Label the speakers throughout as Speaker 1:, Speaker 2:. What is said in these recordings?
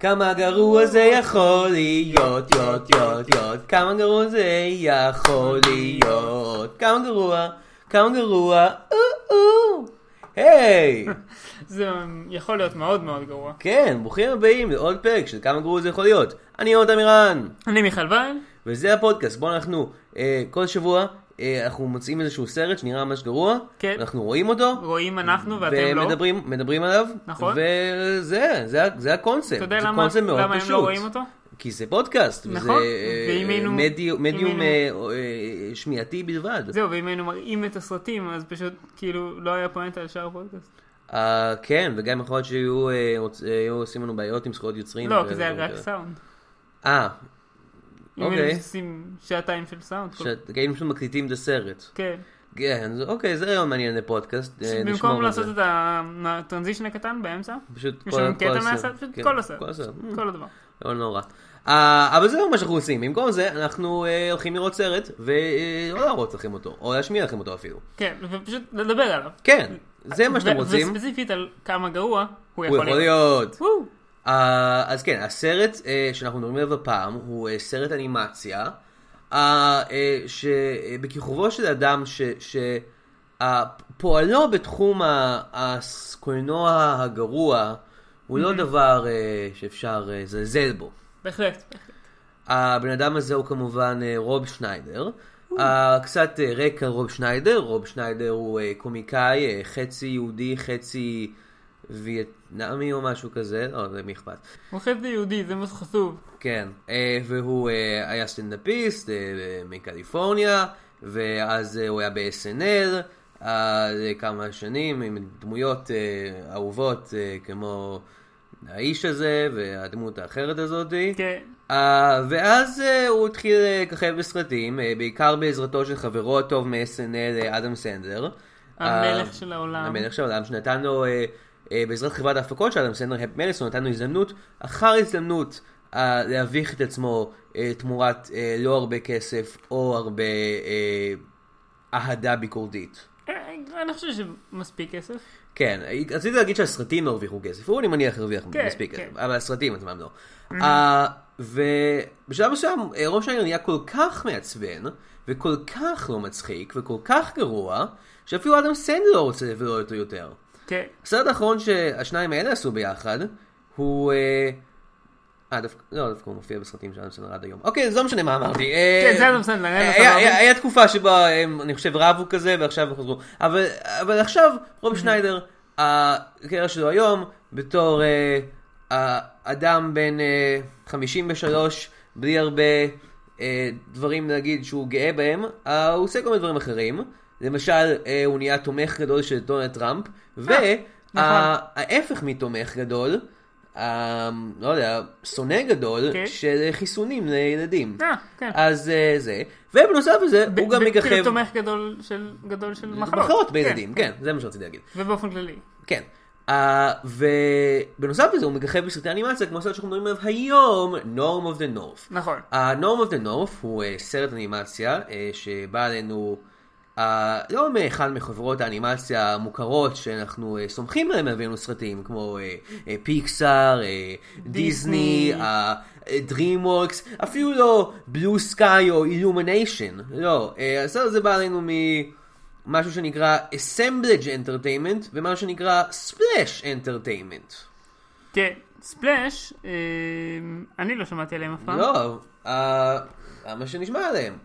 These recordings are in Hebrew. Speaker 1: כמה גרוע זה יכול להיות, יוט, יוט, יוט, כמה גרוע זה יכול להיות, כמה גרוע, כמה גרוע, או, או, היי!
Speaker 2: זה יכול להיות מאוד מאוד גרוע.
Speaker 1: כן, ברוכים הבאים לעוד פרק של כמה גרוע זה יכול להיות. אני יונת אמירן,
Speaker 2: אני מיכל וייל,
Speaker 1: וזה הפודקאסט, בו אנחנו אה, כל שבוע אה, אנחנו מוצאים איזשהו סרט שנראה ממש גרוע,
Speaker 2: כן.
Speaker 1: אנחנו רואים אותו,
Speaker 2: רואים אנחנו ואתם לא.
Speaker 1: ומדברים מדברים עליו,
Speaker 2: נכון.
Speaker 1: וזה, זה, ה- זה הקונספט,
Speaker 2: אתה יודע
Speaker 1: זה
Speaker 2: למה
Speaker 1: קונספט מאוד
Speaker 2: למה
Speaker 1: פשוט.
Speaker 2: הם לא רואים אותו?
Speaker 1: כי זה פודקאסט, וזה
Speaker 2: נכון,
Speaker 1: אה,
Speaker 2: ואם היינו-
Speaker 1: מדיו-
Speaker 2: אם
Speaker 1: מדיום
Speaker 2: היינו-
Speaker 1: אה, אה, שמיעתי בלבד.
Speaker 2: זהו, ואם היינו מראים את הסרטים, אז פשוט כאילו לא היה פואנטה על שאר הפודקאסט.
Speaker 1: אה, כן, וגם יכול להיות שהיו אה, רוצ- אה, היו עושים לנו בעיות עם זכויות יוצרים.
Speaker 2: לא,
Speaker 1: ו-
Speaker 2: כי זה היה
Speaker 1: ו-
Speaker 2: רק סאונד.
Speaker 1: אה,
Speaker 2: אם
Speaker 1: אוקיי.
Speaker 2: היינו עושים שעתיים של סאונד. כל-
Speaker 1: שאת- כאילו פשוט מקליטים את הסרט.
Speaker 2: כן.
Speaker 1: כן, אז אוקיי, זה רעיון מעניין לפודקאסט. אה,
Speaker 2: במקום
Speaker 1: נשמור על זה.
Speaker 2: לעשות את ה- הטרנזישן הקטן באמצע,
Speaker 1: פשוט
Speaker 2: יש
Speaker 1: כל-
Speaker 2: לנו
Speaker 1: כל
Speaker 2: קטע
Speaker 1: הסרט.
Speaker 2: מהסרט, פשוט
Speaker 1: כן,
Speaker 2: כל הסרט.
Speaker 1: כל הסרט. Mm,
Speaker 2: כל הדבר.
Speaker 1: לא נורא. אה, אבל זה לא מה שאנחנו עושים, במקום זה אנחנו אה, הולכים לראות סרט ולא להראות לכם אותו, או להשמיע לכם אותו אפילו.
Speaker 2: כן, ופשוט לדבר עליו.
Speaker 1: כן, זה מה שאתם
Speaker 2: ו-
Speaker 1: רוצים,
Speaker 2: וספציפית על כמה גרוע הוא
Speaker 1: הוא
Speaker 2: יכול
Speaker 1: יכול
Speaker 2: להיות.
Speaker 1: להיות.
Speaker 2: וואו.
Speaker 1: אה, אז כן, הסרט אה, שאנחנו מדברים עליו הפעם הוא אה, סרט אנימציה, אה, אה, שבכיכובו של אדם שפועלו בתחום ה- הקולנוע הגרוע הוא לא דבר אה, שאפשר אה, לזלזל בו.
Speaker 2: בהחלט.
Speaker 1: הבן אדם הזה הוא כמובן אה, רוב שניידר. אה, קצת אה, רקע על רוב שניידר, רוב שניידר הוא אה, קומיקאי, אה, חצי יהודי, חצי וייטנאמי או משהו כזה, לא, זה מי אכפת.
Speaker 2: הוא חצי יהודי, זה מה שחשוב.
Speaker 1: כן, אה, והוא אה, היה סטנדאפיסט אה, אה, מקליפורניה, ואז אה, הוא היה ב-SNL אה, כמה שנים עם דמויות אה, אהובות אה, כמו האיש הזה והדמות האחרת הזאתי.
Speaker 2: כן.
Speaker 1: אה, ואז אה, הוא התחיל אה, לככב בסרטים, אה, בעיקר בעזרתו של חברו הטוב מ-SNL, אה, אדם סנדלר.
Speaker 2: המלך
Speaker 1: אה,
Speaker 2: של העולם.
Speaker 1: המלך של העולם, שנתן לו, אה, אה, בעזרת חברת ההפקות של אדם סנדלר, הפ מלסון, נתן לו הזדמנות אחר הזדמנות אה, להביך את עצמו אה, תמורת אה, לא הרבה כסף או הרבה אה, אהדה ביקורתית.
Speaker 2: אה, אני חושב שמספיק כסף.
Speaker 1: כן, רציתי להגיד שהסרטים לא הרוויחו כסף, הוא אני מניח הרוויח
Speaker 2: כן,
Speaker 1: מספיק
Speaker 2: כן.
Speaker 1: כסף, אבל הסרטים עצמם לא. אה, ובשלב מסוים אה, ראש העיר נהיה כל כך מעצבן, וכל כך לא מצחיק, וכל כך גרוע, שאפילו אדם סנדלר לא רוצה לבלוע אותו יותר.
Speaker 2: כן.
Speaker 1: הסרט האחרון שהשניים האלה עשו ביחד, הוא... אה, אה, דווקא, לא, דווקא הוא מופיע בסרטים של אדם סנדלר עד היום. אוקיי, זה לא משנה מה אמרתי. אה,
Speaker 2: כן, זה אדם סנדלר, אין לו
Speaker 1: היה-
Speaker 2: סבבה.
Speaker 1: היה היה תקופה שבה הם, אני חושב, רבו כזה, ועכשיו הם חזרו. אבל אבל עכשיו,
Speaker 2: Mm-hmm.
Speaker 1: רוב שניידר, הקריירה שלו היום, בתור אה, אה, אדם בן אה, 53, בלי הרבה אה, דברים להגיד שהוא גאה בהם, אה, הוא עושה כל מיני דברים אחרים. למשל, אה, הוא נהיה תומך גדול של דונלד טראמפ,
Speaker 2: נכון.
Speaker 1: וההפך מתומך גדול, אה, לא יודע, שונא גדול
Speaker 2: כן.
Speaker 1: של חיסונים לילדים.
Speaker 2: אה, כן.
Speaker 1: אז אה, זה, ובנוסף לזה, הוא
Speaker 2: ב-
Speaker 1: גם
Speaker 2: ב- כאילו
Speaker 1: מככב
Speaker 2: תומך גדול של גדול של מחלות.
Speaker 1: מחלות בילדים, כן, זה מה שרציתי להגיד.
Speaker 2: ובאופן כללי.
Speaker 1: כן. Uh, ובנוסף לזה הוא מככב בסרטי אנימציה כמו הסרט שאנחנו מדברים עליו היום, Norm of the North.
Speaker 2: נכון.
Speaker 1: ה-Norm of the North הוא אה, סרט אנימציה אה, שבא עלינו אה, לא מאחד מחברות האנימציה המוכרות שאנחנו אה, סומכים עליהן להביא לנו סרטים כמו אה, אה, פיקסאר, אה, דיסני,
Speaker 2: דיסני.
Speaker 1: DreamWorks, אפילו לא בלו סקאי או אילומניישן, לא, אה, הסרט הזה בא עלינו ממשהו שנקרא Assemblage Entertainment ומשהו שנקרא Splash Entertainment.
Speaker 2: כן. ספלאש, אה, אני לא שמעתי עליהם אף פעם.
Speaker 1: לא, אה, מה שנשמע עליהם.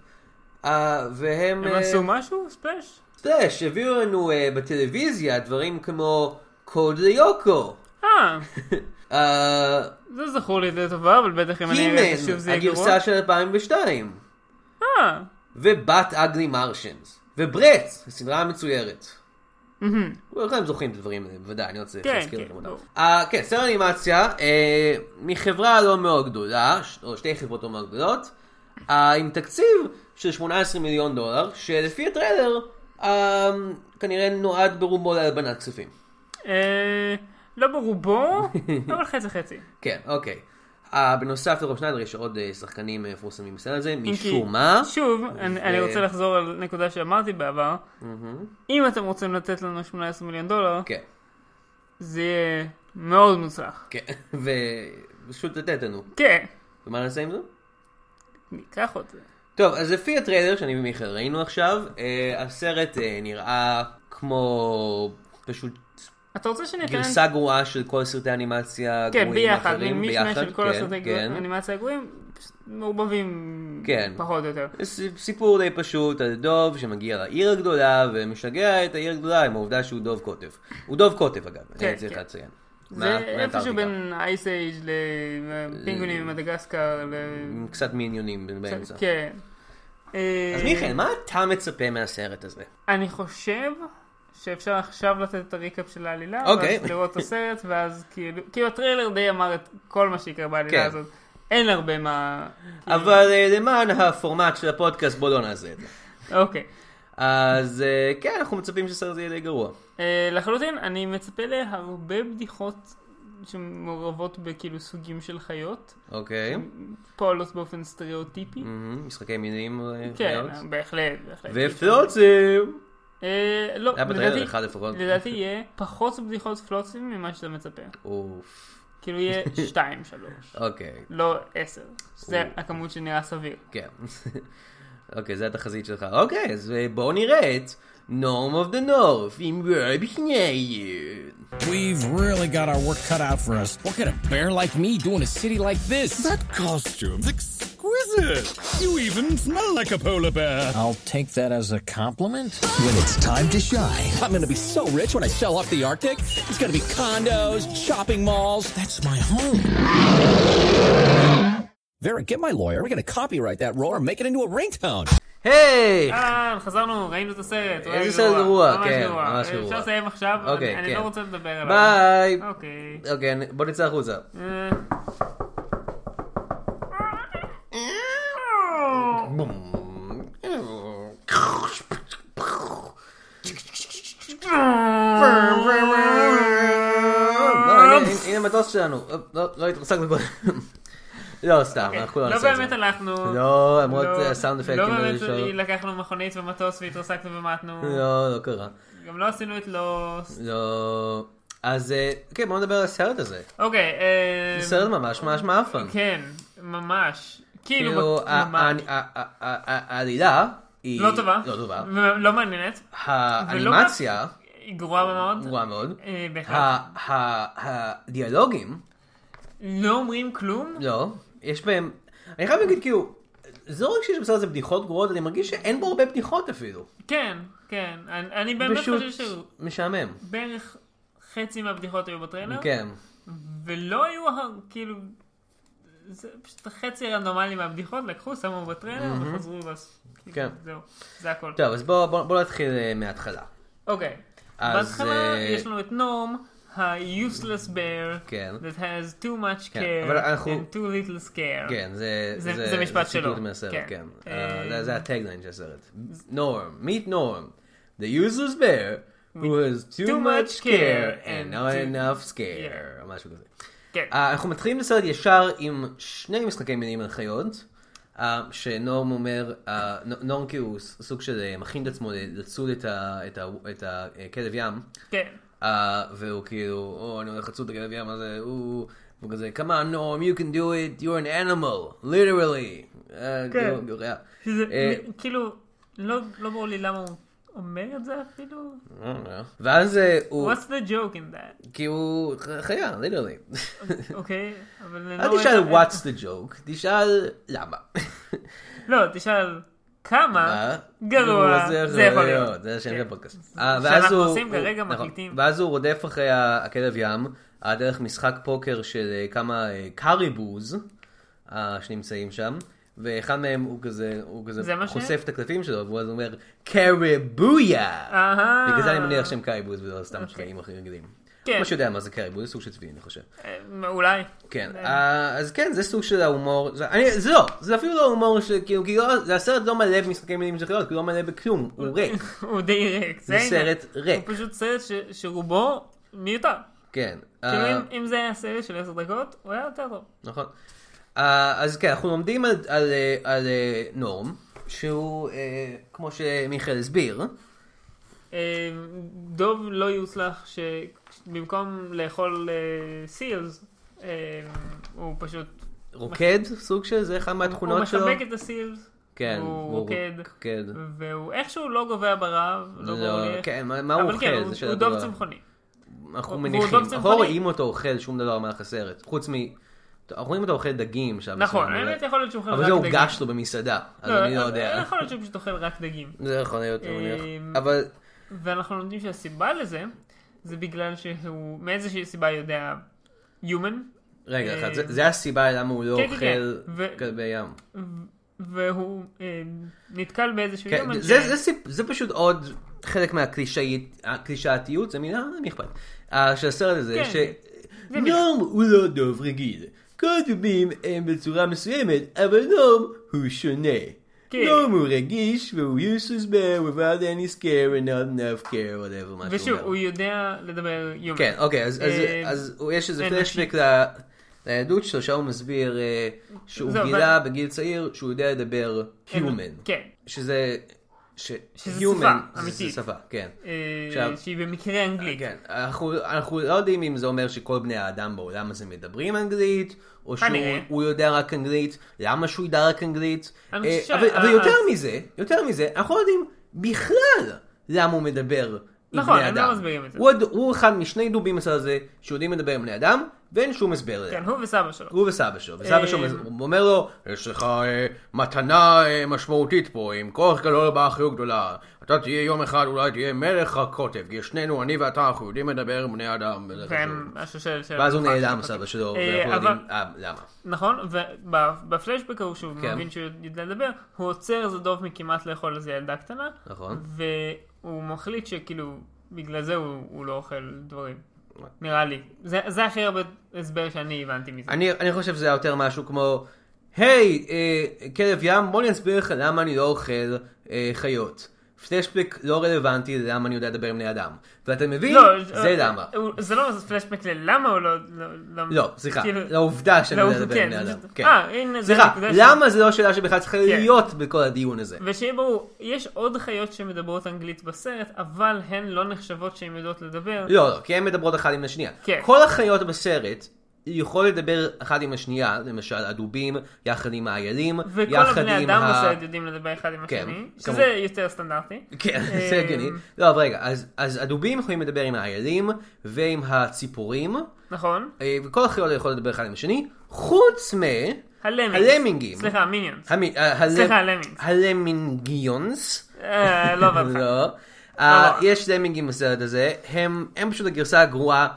Speaker 1: אה, והם...
Speaker 2: הם
Speaker 1: אה,
Speaker 2: עשו משהו? ספלאש?
Speaker 1: אתה יודע, שהביאו לנו אה, בטלוויזיה דברים כמו קוד ליוקו.
Speaker 2: אה,
Speaker 1: אה,
Speaker 2: זה זכור לי די טובה, אבל בטח אם אני אראה את זה שוב
Speaker 1: הימן,
Speaker 2: זה יהיה גרוע.
Speaker 1: הגרסה של 2002.
Speaker 2: אה,
Speaker 1: ובת אגלי מרשנס. וברט, הסדרה המצוירת. כולכם זוכרים את הדברים האלה, בוודאי, אני רוצה
Speaker 2: כן,
Speaker 1: להזכיר
Speaker 2: כן,
Speaker 1: לכם אותם.
Speaker 2: ברור.
Speaker 1: אה, כן, סרט אנימציה, אה, מחברה לא מאוד גדולה, ש- או שתי חברות לא מאוד גדולות, אה, עם תקציב של 18 מיליון דולר, שלפי הטריילר, אה, כנראה נועד ברובו להלבנת כספים.
Speaker 2: אה, לא ברובו, אבל חצי חצי.
Speaker 1: כן, אוקיי. אה, בנוסף לרוב שניידר יש עוד אה, שחקנים אה, מפורסמים בסרט הזה,
Speaker 2: אם כי-
Speaker 1: משום מה. אה.
Speaker 2: שוב, אני אני רוצה לחזור על נקודה שאמרתי בעבר. אם אתם רוצים לתת לנו 18 מיליון דולר,
Speaker 1: כן,
Speaker 2: זה יהיה מאוד מוצלח.
Speaker 1: כן, ו... פשוט לתת לנו.
Speaker 2: כן,
Speaker 1: ומה נעשה עם זה?
Speaker 2: ניקח אותה.
Speaker 1: טוב, אז לפי הטריילר שאני ומיכאל ראינו עכשיו, אה, הסרט אה, נראה כמו פשוט
Speaker 2: אתה רוצה שאני אתן...
Speaker 1: גרסה גרועה של כל סרטי האנימציה
Speaker 2: כן,
Speaker 1: הגרועים
Speaker 2: ביחד,
Speaker 1: האחרים,
Speaker 2: מישמש
Speaker 1: ביחד,
Speaker 2: של כל
Speaker 1: כן,
Speaker 2: הסרטי
Speaker 1: כן.
Speaker 2: האנימציה הגרועים, מעורבבים
Speaker 1: כן.
Speaker 2: פחות או יותר.
Speaker 1: ס- סיפור די פשוט על דוב שמגיע לעיר הגדולה ומשגע את העיר הגדולה עם העובדה שהוא דוב קוטב. הוא דוב קוטב אגב,
Speaker 2: כן,
Speaker 1: אני צריך
Speaker 2: כן.
Speaker 1: לציין.
Speaker 2: זה
Speaker 1: מה-
Speaker 2: איפשהו
Speaker 1: מהאנטארקטיקה.
Speaker 2: בין אייס אייג' לפינגונים ממדגסקר ל...
Speaker 1: עם קצת מיניונים באמצע.
Speaker 2: כן.
Speaker 1: אז כן?
Speaker 2: אה,
Speaker 1: מיכאל, מה אתה מצפה מהסרט הזה?
Speaker 2: אני חושב שאפשר עכשיו לתת את הריקאפ של העלילה,
Speaker 1: אוקיי.
Speaker 2: ואז לראות את הסרט, ואז כאילו, כאילו הטריילר די אמר את כל מה שיקרה בעלילה
Speaker 1: כן.
Speaker 2: הזאת. אין הרבה מה... כאילו,
Speaker 1: אבל אה, למען הפורמט של הפודקאסט בוא לא נעשה את זה.
Speaker 2: אוקיי.
Speaker 1: אז אה, כן, אנחנו מצפים שהסרט יהיה די גרוע.
Speaker 2: אה, לחלוטין, אני מצפה להרבה בדיחות שמעורבות בכאילו סוגים של חיות,
Speaker 1: אוקיי.
Speaker 2: פועלות באופן סטריאוטיפי.
Speaker 1: מהמם, משחקי מינים. אה,
Speaker 2: כן,
Speaker 1: חיות.
Speaker 2: בהחלט, בהחלט.
Speaker 1: ופלוצים.
Speaker 2: אה, לא,
Speaker 1: היה בטריילר
Speaker 2: לדעתי-
Speaker 1: אחד לפחות.
Speaker 2: לדעתי יהיה פחות בדיחות פלוצים ממה שאתה מצפה.
Speaker 1: אוף.
Speaker 2: כאילו יהיה 2, 3,
Speaker 1: אוקיי.
Speaker 2: לא 10. זה
Speaker 1: או.
Speaker 2: הכמות שנראה סביר.
Speaker 1: כן. אוקיי, זה התחזית שלך. אוקיי, אז אה, בואו נראה את Norm of the North עם רבי שנייד.
Speaker 3: We've really got our work cut out for us. What could a bear like me do in a city like this?
Speaker 4: That costume's exquisite. You even smell like a polar bear.
Speaker 3: I'll take that as a compliment.
Speaker 4: When it's time to shine,
Speaker 3: I'm gonna be so rich when I sell off the Arctic. It's gonna be condos, shopping malls. That's my home. Vera, get my lawyer. We're gonna copyright that roar and make it into a ringtone.
Speaker 1: היי!
Speaker 2: אה, חזרנו, ראינו את הסרט.
Speaker 1: איזה
Speaker 2: אוי,
Speaker 1: סרט גרוע,
Speaker 2: ממש
Speaker 1: כן,
Speaker 2: גרוע. אה,
Speaker 1: ממש גרוע.
Speaker 2: אפשר לסיים עכשיו?
Speaker 1: אוקיי,
Speaker 2: אני- אני
Speaker 1: כן.
Speaker 2: לא רוצה לדבר עליו.
Speaker 1: ביי!
Speaker 2: אוקיי.
Speaker 1: אוקיי, אני- בוא נצא החוצה.
Speaker 2: אה, אה,
Speaker 1: לא, הנה- הנה- הנה המטוס שלנו. אופ, לא, לא התרסקנו כבר. לא, סתם, אנחנו לא
Speaker 2: לא
Speaker 1: נעשה את זה.
Speaker 2: באמת הלכנו.
Speaker 1: לא, למרות
Speaker 2: לא-
Speaker 1: אה, הסאונד
Speaker 2: לא
Speaker 1: אפקטים
Speaker 2: באמת
Speaker 1: הראשון.
Speaker 2: לקחנו מכונית ומטוס והתרסקנו ומטנו.
Speaker 1: לא, לא קרה.
Speaker 2: גם לא עשינו את לוס.
Speaker 1: לא... אז אה, כן, בואו נדבר על הסרט הזה.
Speaker 2: אוקיי. אה,
Speaker 1: זה סרט ממש ממש מאפן.
Speaker 2: כן, ממש. כאילו,
Speaker 1: כאילו, ה- ה-
Speaker 2: ממש.
Speaker 1: ה- ה- ה- העלילה היא...
Speaker 2: לא טובה.
Speaker 1: לא טובה.
Speaker 2: ו- לא מעניינת.
Speaker 1: האנימציה
Speaker 2: היא גרועה מאוד.
Speaker 1: גרועה מאוד.
Speaker 2: אה, בהחלט.
Speaker 1: ה- ה- הדיאלוגים,
Speaker 2: לא אומרים כלום.
Speaker 1: לא, יש בהם... אני חייב להגיד, כאילו, זה לא רק שיש בסרט הזה בדיחות גרועות, אני מרגיש שאין בו הרבה בדיחות אפילו.
Speaker 2: כן, כן. אני אני באמת
Speaker 1: פשוט
Speaker 2: חושב שבערך
Speaker 1: משעמם.
Speaker 2: חצי מהבדיחות היו בטריילר.
Speaker 1: כן.
Speaker 2: ולא היו, הר- כאילו, זה פשוט חצי רנדומלי מהבדיחות, לקחו, שמו בטריילר וחזרו בס... כאילו,
Speaker 1: כן.
Speaker 2: זהו, זה הכל.
Speaker 1: טוב, אז בואו בוא, בוא נתחיל אה, מההתחלה.
Speaker 2: אוקיי.
Speaker 1: אז,
Speaker 2: בהתחלה
Speaker 1: אה,
Speaker 2: יש לנו את נורם, ה-useless bear,
Speaker 1: כן.
Speaker 2: that has too much
Speaker 1: כן,
Speaker 2: care
Speaker 1: אבל אנחנו-
Speaker 2: and too little scare.
Speaker 1: כן, זה,
Speaker 2: זה- זה משפט
Speaker 1: ציטוט
Speaker 2: שלו.
Speaker 1: מהסרט,
Speaker 2: כן.
Speaker 1: כן.
Speaker 2: אה,
Speaker 1: אה, זה- זה הטגליין של הסרט. נורם, meet נורם, the useless bear, who has too much care and not
Speaker 2: too-
Speaker 1: enough scare, או משהו כזה.
Speaker 2: כן.
Speaker 1: אה, אנחנו מתחילים בסרט ישר עם שני משחקי מינים על חיות, אה, שנורם אומר, אה, נ- נורם כאילו ס- סוג של אה, מכין את עצמו ל- לצוד את ה- את ה- את הכלב ים.
Speaker 2: כן.
Speaker 1: Uh, והוא כאילו, או, אני הולך לצוד את הכלב ים הזה, הוא הוא כזה, come on, נורם, you can do it, you're an animal, literally. אה,
Speaker 2: כן.
Speaker 1: כאילו, גורע.
Speaker 2: שזה,
Speaker 1: אה,
Speaker 2: כאילו, לא לא ברור לי למה הוא אומר את זה אפילו.
Speaker 1: לא יודע. ואז אה, הוא,
Speaker 2: What's the joke in that?
Speaker 1: כי הוא ח- חיה, literally.
Speaker 2: אוקיי, אבל...
Speaker 1: אל
Speaker 2: לנורם-
Speaker 1: תשאל what's the joke, תשאל למה.
Speaker 2: לא, תשאל כמה
Speaker 1: אה?
Speaker 2: גרוע
Speaker 1: נו,
Speaker 2: זה יכול להיות.
Speaker 1: זה השם
Speaker 2: כן.
Speaker 1: של הפודקאסט. אה, ואז
Speaker 2: שאנחנו
Speaker 1: הוא-
Speaker 2: עושים
Speaker 1: הוא-
Speaker 2: כרגע,
Speaker 1: נכון.
Speaker 2: מקליטים.
Speaker 1: ואז הוא רודף אחרי ה- הכלב ים, אה, דרך משחק פוקר של אה, כמה אה, קאריבוז אה, שנמצאים שם. ואחד מהם הוא כזה, הוא כזה
Speaker 2: זה מה ש-
Speaker 1: חושף את הקלפים שלו, והוא אז אומר קריבויה!
Speaker 2: אהה.
Speaker 1: בגלל זה אני מניח שהם קאריבוז ולא סתם שקעים הכי רגילים.
Speaker 2: אוקיי. כן.
Speaker 1: כמו שיודע מה זה קאריבוז, זה סוג של צבי, אני חושב.
Speaker 2: אה, אולי.
Speaker 1: כן,
Speaker 2: אה,
Speaker 1: אה, אז כן, זה סוג של ההומור, זה אני- זה לא, זה אפילו לא הומור של, כאילו, כי לא- זה הסרט לא מלא במשחקי מילים של חיות, כי הוא לא מלא בכלום, הוא ריק,
Speaker 2: הוא די ריק.
Speaker 1: זה
Speaker 2: העניין.
Speaker 1: סרט ריק,
Speaker 2: הוא פשוט סרט ש- שרובו מיותר.
Speaker 1: כן,
Speaker 2: כאילו,
Speaker 1: אה,
Speaker 2: אם- אם זה היה סרט של עשר דקות, הוא היה יותר טוב.
Speaker 1: נכון. אה, אז כן, אנחנו לומדים על- על אה, על, אה, נורם, שהוא, אה, כמו שמיכאל הסביר,
Speaker 2: אה, דוב לא יוצלח שבמקום לאכול סילס, אה, הוא פשוט...
Speaker 1: רוקד, סוג של, זה אחד
Speaker 2: הוא
Speaker 1: מהתכונות שלו.
Speaker 2: מחבק את הסילס,
Speaker 1: כן,
Speaker 2: הוא רוקד,
Speaker 1: רוקד.
Speaker 2: והוא איכשהו לא גובה ברעב, לא
Speaker 1: לא,
Speaker 2: ברור לי איך.
Speaker 1: כן, מה- מה הוא
Speaker 2: אבל כן,
Speaker 1: אוכל?
Speaker 2: הוא-
Speaker 1: זו שאלה
Speaker 2: הוא דוב
Speaker 1: טובה.
Speaker 2: צמחוני.
Speaker 1: אנחנו
Speaker 2: והוא
Speaker 1: מניחים.
Speaker 2: דוב
Speaker 1: אנחנו לא
Speaker 2: צמחוני.
Speaker 1: רואים אותו אוכל שום דבר במהלך הסרט, חוץ מ... אנחנו רואים אותו אוכל דגים שם.
Speaker 2: נכון,
Speaker 1: מסוים, אבל-
Speaker 2: האמת יכול להיות שהוא אוכל רק
Speaker 1: אבל
Speaker 2: דגים. אה,
Speaker 1: זה הוגש לו במסעדה, אז אני לא יודע.
Speaker 2: יכול להיות שהוא פשוט אוכל רק דגים.
Speaker 1: זה יכול להיות, אני מניח.
Speaker 2: אמ,
Speaker 1: אבל
Speaker 2: ואנחנו לומדים שהסיבה לזה, זה בגלל שהוא מאיזושהי סיבה יודע Human,
Speaker 1: רגע, אחד, זה-
Speaker 2: אמ,
Speaker 1: זה הסיבה למה הוא לא
Speaker 2: כן, כן, כן,
Speaker 1: אוכל
Speaker 2: ו-
Speaker 1: כלבי ים.
Speaker 2: והוא אה, נתקל באיזשהו
Speaker 1: כן,
Speaker 2: Human.
Speaker 1: זה-
Speaker 2: ש-
Speaker 1: זה סיפ- זה פשוט עוד חלק מהקלישאית- הקלישאתיות, זה מילה, מי אכפת, אה, של הסרט הזה,
Speaker 2: כן,
Speaker 1: ש...
Speaker 2: זה מילה.
Speaker 1: נורם הוא לא דוב רגיל. קודמים הם בצורה מסוימת, אבל נורם הוא שונה.
Speaker 2: כן.
Speaker 1: נורם הוא רגיש והוא useless bear without any scare and not enough care, whatever, מה שהוא
Speaker 2: ושוב, הוא
Speaker 1: אומר.
Speaker 2: יודע לדבר Human.
Speaker 1: כן, אוקיי, אז- אז-
Speaker 2: אה,
Speaker 1: אז הוא- יש איזה
Speaker 2: אין
Speaker 1: פלשבק ל- לילדות שלו, שם הוא מסביר אה, שהוא
Speaker 2: זהו,
Speaker 1: גילה בגיל צעיר שהוא יודע לדבר
Speaker 2: אין-
Speaker 1: Human.
Speaker 2: כן.
Speaker 1: שזה... ש...
Speaker 2: שזה
Speaker 1: human,
Speaker 2: שפה
Speaker 1: זה-
Speaker 2: אמיתית.
Speaker 1: זה שפה, כן.
Speaker 2: אה,
Speaker 1: עכשיו-
Speaker 2: שהיא במקרה אנגלית.
Speaker 1: כן, אנחנו, אנחנו לא יודעים אם זה אומר שכל בני האדם בעולם הזה מדברים אנגלית, או שהוא
Speaker 2: כנראה.
Speaker 1: הוא יודע רק אנגלית, למה שהוא ידע רק אנגלית.
Speaker 2: אני
Speaker 1: אה,
Speaker 2: חושב
Speaker 1: אבל,
Speaker 2: שה-
Speaker 1: אבל יותר
Speaker 2: ה-
Speaker 1: מזה, יותר מזה, אנחנו לא יודעים בכלל למה הוא מדבר עם
Speaker 2: נכון,
Speaker 1: בני
Speaker 2: הם
Speaker 1: אדם.
Speaker 2: לא מסבירים את זה.
Speaker 1: הוא, הד- הוא אחד משני דובים אצל הזה שיודעים לדבר עם בני אדם, ואין שום הסבר לזה.
Speaker 2: כן, הוא וסבא שלו.
Speaker 1: הוא וסבא שלו, וסבא
Speaker 2: אה.
Speaker 1: שלו מז- הוא אומר לו, יש לך אה, מתנה אה, משמעותית פה, עם כוח גדול באחריות גדולה. אתה תהיה יום אחד, אולי תהיה מלך הקוטב, כי שנינו, אני ואתה, אנחנו יודעים לדבר עם בני אדם. וזה חשוב."
Speaker 2: והם כן, השושלת של...
Speaker 1: ואז הוא
Speaker 2: המשפחה
Speaker 1: נעלם,
Speaker 2: שלו.
Speaker 1: סבא שלו,
Speaker 2: אה,
Speaker 1: ואנחנו
Speaker 2: אבל-
Speaker 1: יודעים, אה, למה?
Speaker 2: נכון, ובפלשבק ההוא שהוא
Speaker 1: כן.
Speaker 2: מבין שהוא יודע לדבר, הוא עוצר איזה דוב מכמעט לאכול איזה ילדה קטנה,
Speaker 1: נכון.
Speaker 2: והוא מחליט שכאילו, בגלל זה הוא הוא לא אוכל דברים. נראה לי. זה זה הכי הרבה הסבר שאני הבנתי מזה.
Speaker 1: אני אני חושב שזה היה יותר משהו כמו, היי, אה, כלב ים, בוא אני אסביר לך למה אני לא אוכל אה, חיות. פלשבק לא רלוונטי ללמה אני יודע לדבר עם בני אדם. ואתה מבין?
Speaker 2: לא,
Speaker 1: זה
Speaker 2: אה,
Speaker 1: למה.
Speaker 2: הוא- זה לא פלשבק ללמה הוא לא...
Speaker 1: לא, סליחה,
Speaker 2: כאילו-
Speaker 1: לעובדה שאני יודע
Speaker 2: לעובד-
Speaker 1: לדבר
Speaker 2: כן,
Speaker 1: עם בני
Speaker 2: זה-
Speaker 1: אדם.
Speaker 2: אה,
Speaker 1: כן.
Speaker 2: הנה, זה
Speaker 1: סליחה,
Speaker 2: הנקודה שלי. כן. Mm.
Speaker 1: למה זה לא שאלה שבכלל צריכה להיות בכל הדיון הזה?
Speaker 2: ושיהיה ברור, יש עוד חיות שמדברות אנגלית בסרט, אבל הן לא נחשבות שהן יודעות לדבר.
Speaker 1: לא, לא, כי הן מדברות אחת עם השנייה.
Speaker 2: כן.
Speaker 1: כל החיות בסרט יכולות לדבר אחת עם השנייה, למשל הדובים, יחד עם האיילים,
Speaker 2: וכל
Speaker 1: יחד
Speaker 2: הבני
Speaker 1: עם
Speaker 2: אדם
Speaker 1: ה-
Speaker 2: בסרט יודעים לדבר אחד עם
Speaker 1: כן,
Speaker 2: השני,
Speaker 1: כמובן.
Speaker 2: שזה יותר סטנדרטי.
Speaker 1: כן, זה
Speaker 2: אמ,
Speaker 1: הגיוני. לא, אבל רגע, אז- אז הדובים יכולים לדבר עם האיילים ועם הציפורים,
Speaker 2: נכון.
Speaker 1: אה, וכל החיות יכולות לדבר אחד עם השני, חוץ מ...
Speaker 2: הלמינגס.
Speaker 1: הלמינגים.
Speaker 2: סליחה, מיניונס.
Speaker 1: המי- ה- הל-
Speaker 2: סליחה, הלמינגס.
Speaker 1: הלמינגיונס.
Speaker 2: אה, לא עבד לך.
Speaker 1: לא. אה,
Speaker 2: לא.
Speaker 1: יש למינגים בסרט הזה, הם הם פשוט הגרסה הגרועה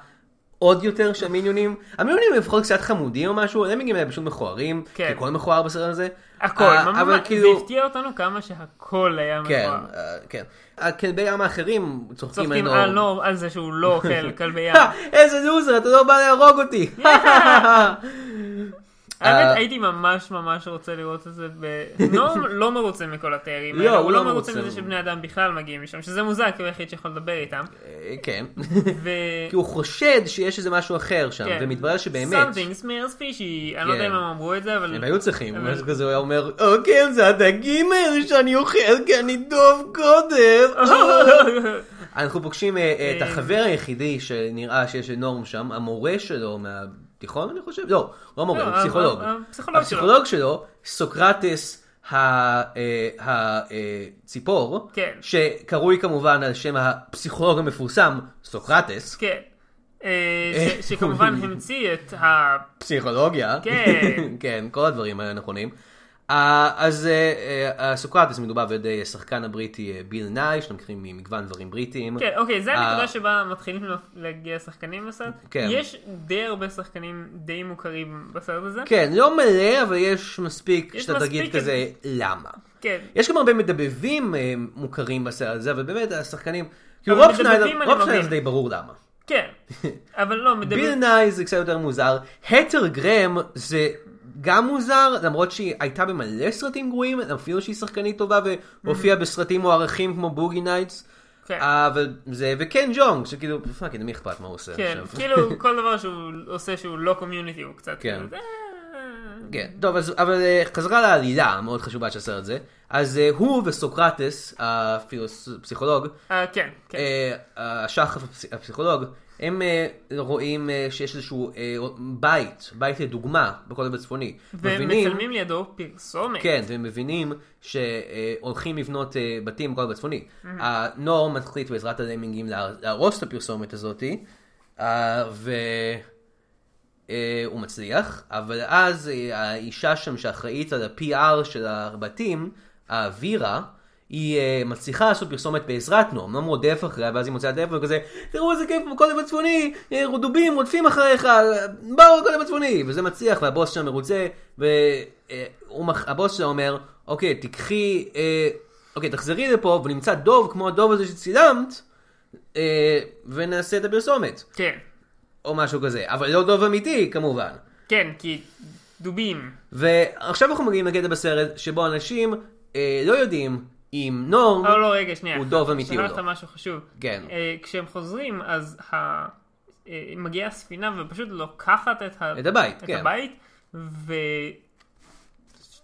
Speaker 1: עוד יותר של המיניונים. המיניונים הם לפחות קצת חמודים או משהו, הלמינגים הם פשוט מכוערים, כי
Speaker 2: כן.
Speaker 1: הכל מכוער בסרט הזה.
Speaker 2: הכל,
Speaker 1: אה,
Speaker 2: ממש,
Speaker 1: אבל
Speaker 2: זה
Speaker 1: כאילו,
Speaker 2: הפתיע אותנו כמה שהכל היה
Speaker 1: כן,
Speaker 2: מכוער.
Speaker 1: אה, כן. הכלבי ים האחרים צוחקים
Speaker 2: צוחקים
Speaker 1: ממנו.
Speaker 2: על נור על זה שהוא לא אוכל כלבי ים.
Speaker 1: "אה, איזה לוזר, אתה לא בא להרוג אותי. אה,
Speaker 2: האמת, הייתי ממש ממש רוצה לראות את זה ב... נורם לא מרוצה מכל התארים האלה,
Speaker 1: לא,
Speaker 2: הוא לא מרוצה מזה שבני אדם בכלל מגיעים משם, שזה מוזר, כי הוא היחיד שיכול לדבר איתם.
Speaker 1: אה, כן.
Speaker 2: ו...
Speaker 1: כי הוא חושד שיש איזה משהו אחר שם,
Speaker 2: כן.
Speaker 1: ומתברר שבאמת.
Speaker 2: something smells fishy, אני לא
Speaker 1: כן.
Speaker 2: יודע אם הם אמרו את זה, אבל...
Speaker 1: הם היו צריכים,
Speaker 2: אבל-
Speaker 1: משהו כזה, הוא היה אומר, או כן, זה הדגים האלה שאני אוכל כי אני דוב קודם. אנחנו פוגשים אה, אה, את
Speaker 2: אה.
Speaker 1: החבר היחידי שנראה שיש נורם שם, המורה שלו מהתיכון, אני חושב? לא, לא המורה,
Speaker 2: לא,
Speaker 1: הוא
Speaker 2: ה-
Speaker 1: פסיכולוג.
Speaker 2: ה- הפסיכולוג
Speaker 1: הפסיכולוג שלו, סוקרטס אה, הציפור,
Speaker 2: כן.
Speaker 1: שקרוי כמובן על שם הפסיכולוג המפורסם, סוקרטס,
Speaker 2: כן. אה, ש- שכמובן המציא את ה...
Speaker 1: פסיכולוגיה,
Speaker 2: כן.
Speaker 1: כן, כל הדברים האלה נכונים. אה, אז אה, אה, סוקרטס מדובר בידי השחקן הבריטי אה, ביל נאי, שאתם מכירים ממגוון דברים בריטיים.
Speaker 2: כן, אוקיי, זה
Speaker 1: אה,
Speaker 2: הנקודה שבה מתחילים לה- להגיע שחקנים לסרט.
Speaker 1: כן.
Speaker 2: יש די הרבה שחקנים די מוכרים בסרט הזה.
Speaker 1: כן, לא מלא, אבל יש מספיק
Speaker 2: יש
Speaker 1: שאתה תגיד
Speaker 2: מספיק-
Speaker 1: כזה, למה.
Speaker 2: כן.
Speaker 1: יש גם הרבה מדבבים אה, מוכרים בסרט הזה, אבל באמת השחקנים, כאילו
Speaker 2: אבל
Speaker 1: רוב שניידר,
Speaker 2: מדבבים אני
Speaker 1: רוב שניידר
Speaker 2: מבין.
Speaker 1: זה די ברור למה.
Speaker 2: כן. אבל לא,
Speaker 1: ביל
Speaker 2: מדברים...
Speaker 1: נאי זה קצת יותר מוזר, התר גרם זה גם מוזר, למרות שהיא הייתה במלא סרטים גרועים, אפילו שהיא שחקנית טובה והופיעה בסרטים מוערכים כמו בוגי נייטס,
Speaker 2: Mm-hmm. כן.
Speaker 1: אבל זה, וכן ג'ונג, שכאילו, פאקינג, מי אכפת מה הוא עושה
Speaker 2: כן,
Speaker 1: עכשיו?
Speaker 2: כאילו כל דבר שהוא עושה שהוא לא קומיוניטי הוא קצת... אה,
Speaker 1: כן.
Speaker 2: כזה,
Speaker 1: כן, טוב, אז, אבל אה, חזרה לעלילה המאוד חשובה של הסרט הזה, אז אה, הוא וסוקרטס, הפילוס- הפסיכולוג,
Speaker 2: אה, אה, כן, כן.
Speaker 1: אה, השחף הפס- הפסיכולוג, הם אה, רואים אה, שיש איזשהו אה, בית, בית לדוגמה, בקוטב הצפוני. מבינים-
Speaker 2: ומצלמים לידו פרסומת.
Speaker 1: כן, והם מבינים שהולכים לבנות אה, בתים בכל בצפוני. הנוער מחליט בעזרת הלמינגים להר- להרוס את הפרסומת אה, הזאתי, והוא אה, מצליח, אבל אז אה, האישה שם שאחראית על ה-PR של הבתים, האווירה, היא אה, מצליחה לעשות פרסומת בעזרת נועם, נועם רודף אחריה, ואז היא מוצאת טלפון כזה, תראו איזה כיף, קודם הצפוני, אה, רודובים רודפים אחריך, באו לקודם הצפוני, וזה מצליח, והבוס שם מרוצה, אה, והבוס שלה אומר, אוקיי, תיקחי, אה, אוקיי, תחזרי לפה, ונמצא דוב כמו הדוב הזה שצילמת, אה, ונעשה את הפרסומת,
Speaker 2: כן,
Speaker 1: או משהו כזה, אבל לא דוב אמיתי, כמובן.
Speaker 2: כן, כי דובים.
Speaker 1: ועכשיו אנחנו מגיעים לקטע בסרט, שבו אנשים אה, לא יודעים אם נורם...
Speaker 2: לא, לא, רגע, שנייה.
Speaker 1: הוא דוב אמיתי, הוא
Speaker 2: שכחת
Speaker 1: דוב.
Speaker 2: משהו חשוב.
Speaker 1: כן.
Speaker 2: אה, כשהם חוזרים, אז ה... אה, מגיעה הספינה ופשוט לוקחת את, ה...
Speaker 1: את הבית,
Speaker 2: את
Speaker 1: כן.
Speaker 2: הבית,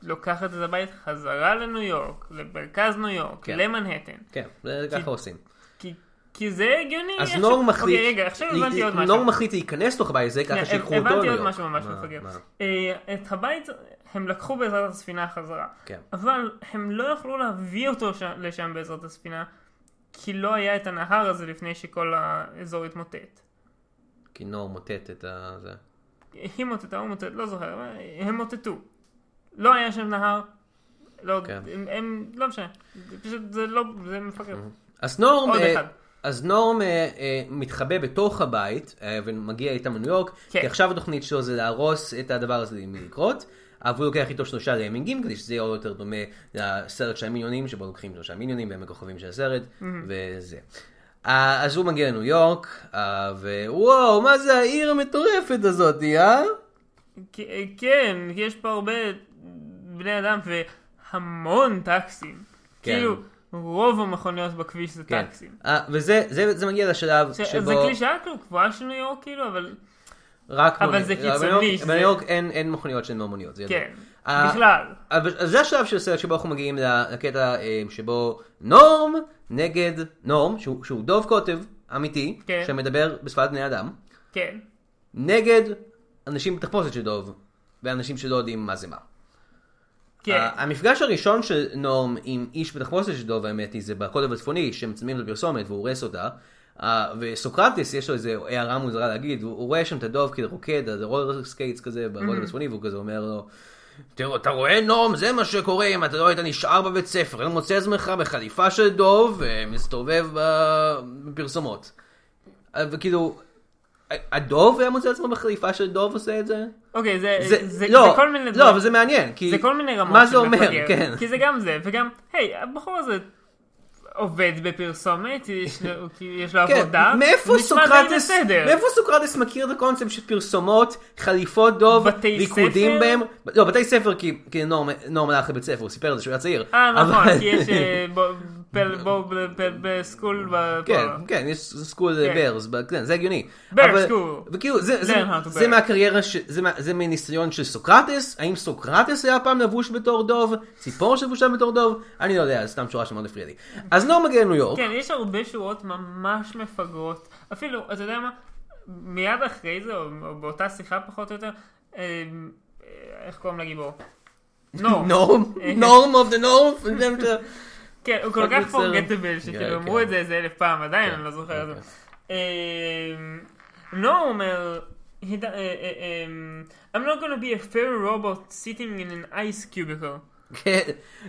Speaker 2: ולוקחת את הבית חזרה לניו יורק, למרכז ניו יורק,
Speaker 1: כן.
Speaker 2: למנהטן.
Speaker 1: כן, זה ככה עושים.
Speaker 2: כי, כי זה הגיוני.
Speaker 1: אז
Speaker 2: עכשיו-
Speaker 1: נורם מחליט...
Speaker 2: אוקיי, רגע, עכשיו
Speaker 1: ל-
Speaker 2: הבנתי עוד משהו.
Speaker 1: נורם מחליט להיכנס לתוך הבית הזה ככה
Speaker 2: כן,
Speaker 1: שיקחו אותו.
Speaker 2: הבנתי
Speaker 1: לניו
Speaker 2: עוד
Speaker 1: יורק.
Speaker 2: משהו ממש
Speaker 1: מה-
Speaker 2: מפגר.
Speaker 1: מה?
Speaker 2: אה, את הבית הם לקחו בעזרת הספינה חזרה.
Speaker 1: כן.
Speaker 2: אבל הם לא יכלו להביא אותו ש- לשם בעזרת הספינה, כי לא היה את הנהר הזה לפני שכל האזור התמוטט.
Speaker 1: כי נור מוטט את ה... זה.
Speaker 2: היא מוטטה, הוא מוטט, לא זוכר, אבל הם מוטטו. לא היה שם נהר. לא,
Speaker 1: כן.
Speaker 2: הם, הם, לא משנה. זה פשוט, זה לא, זה מפגר.
Speaker 1: אז נורם...
Speaker 2: עוד
Speaker 1: אה,
Speaker 2: אחד.
Speaker 1: אז נורם אה, אה, מתחבא בתוך הבית אה, ומגיע איתם לניו יורק,
Speaker 2: כן.
Speaker 1: כי עכשיו התוכנית שלו זה להרוס את הדבר הזה מלקרות, אבל הוא לוקח איתו שלושה למינגים כדי שזה יהיה עוד יותר דומה לסרט של המיליונים, שבו לוקחים שלושה מיליונים והם הכוכבים של הסרט,
Speaker 2: Mm-hmm.
Speaker 1: וזה. אה, אז הוא מגיע לניו יורק, אה, ווואו, מה זה העיר המטורפת הזאת,
Speaker 2: כן.
Speaker 1: אה?
Speaker 2: כ- כן, יש פה הרבה בני אדם והמון טקסים.
Speaker 1: כן.
Speaker 2: כאילו, רוב המכוניות בכביש זה
Speaker 1: כן.
Speaker 2: טקסים.
Speaker 1: אה, וזה זה- זה מגיע לשלב
Speaker 2: זה-
Speaker 1: שבו...
Speaker 2: זה קלישאה כאילו קבועה של ניו יורק, כאילו, אבל
Speaker 1: רק
Speaker 2: אבל
Speaker 1: מוניות.
Speaker 2: זה קיצוני,
Speaker 1: בניו יורק-
Speaker 2: שזה-
Speaker 1: בניו יורק אין אין מכוניות שהן לא מוניות. זה ידוע.
Speaker 2: כן,
Speaker 1: אה,
Speaker 2: בכלל.
Speaker 1: אבל- אז זה השלב של הסרט שבו אנחנו מגיעים ל- לקטע אה, שבו נורם נגד נורם, שהוא שהוא דוב קוטב אמיתי,
Speaker 2: כן.
Speaker 1: שמדבר בשפת בני אדם,
Speaker 2: כן.
Speaker 1: נגד אנשים בתחפושת של דוב, ואנשים שלא יודעים מה זה מה.
Speaker 2: כן,
Speaker 1: ה- המפגש הראשון של נורם עם איש בתחפושת של דוב, האמת היא, זה בקוטב הצפוני, שמצלמים את הפרסומת והוא הורס אותה. אה, וסוקרטס, יש לו איזו הערה מוזרה להגיד, הוא הוא רואה שם את הדוב כאילו רוקד על רולר סקייטס כזה בקוטב הצפוני, והוא כזה אומר לו, "תראו, אתה רואה נורם, זה מה שקורה אם אתה לא היית נשאר בבית ספר, אני מוצא עצמך בחליפה של דוב, אה, מסתובב בפרסומות. אה, וכאילו, ה- הדוב היה מוצא עצמו בחליפה של דוב עושה את זה?
Speaker 2: אוקיי, זה
Speaker 1: זה,
Speaker 2: זה-
Speaker 1: לא,
Speaker 2: זה כל מיני
Speaker 1: לא,
Speaker 2: דברים.
Speaker 1: אבל זה מעניין, כי...
Speaker 2: זה כל מיני רמות
Speaker 1: מה זה
Speaker 2: של
Speaker 1: אומר,
Speaker 2: מפגר.
Speaker 1: כן.
Speaker 2: כי זה גם זה, וגם, היי, הבחור הזה עובד בפרסומת, יש לו- כי יש לו
Speaker 1: כן,
Speaker 2: עבודה.
Speaker 1: מאיפה
Speaker 2: הוא נשמע די
Speaker 1: סוקרטס,
Speaker 2: בסדר.
Speaker 1: מאיפה סוקרטס מכיר את הקונספט של פרסומות, חליפות דוב,
Speaker 2: בתי
Speaker 1: ריקודים
Speaker 2: ספר?
Speaker 1: בהם? לא, בתי ספר כי, כי נורם, נורם הלך לבית ספר, הוא סיפר את זה שהוא היה צעיר.
Speaker 2: אה,
Speaker 1: אבל-
Speaker 2: נכון, כי יש אה, בו- פל- בו- ב- ב- בסקול ב-
Speaker 1: כן,
Speaker 2: פה.
Speaker 1: כן, יש סקול
Speaker 2: כן.
Speaker 1: ברס, כן, זה הגיוני.
Speaker 2: Bears
Speaker 1: אבל-
Speaker 2: school.
Speaker 1: וכאילו, זה- זה-
Speaker 2: Learn how to
Speaker 1: זה
Speaker 2: bear.
Speaker 1: מהקריירה, ש- זה מה- זה מניסיון של סוקרטס, האם סוקרטס היה פעם לבוש בתור דוב, ציפור שלבושה בתור דוב, אני לא יודע, זו סתם שורה שמאוד הפריעה לי. אז נורם מגיע לניו יורק,
Speaker 2: כן, יש הרבה שורות ממש מפגרות. אפילו, אתה יודע מה? מיד אחרי זה, או או באותה שיחה פחות או יותר, אה, אה, איך קוראים לגיבור? נו.
Speaker 1: נורם, נורם אוף דה נורם,
Speaker 2: כן, הוא כל
Speaker 1: פחות
Speaker 2: כך
Speaker 1: יוצר.
Speaker 2: פורגטבל,
Speaker 1: כן,
Speaker 2: שכאילו אמרו
Speaker 1: כן.
Speaker 2: את זה איזה אלף פעם, עדיין
Speaker 1: כן,
Speaker 2: אני לא זוכר את
Speaker 1: אוקיי.
Speaker 2: זה. אמ, נו הוא אומר, he- אה, אה, אמ, I'm not gonna be a fair robot sitting in an ice cubicle.
Speaker 1: כן,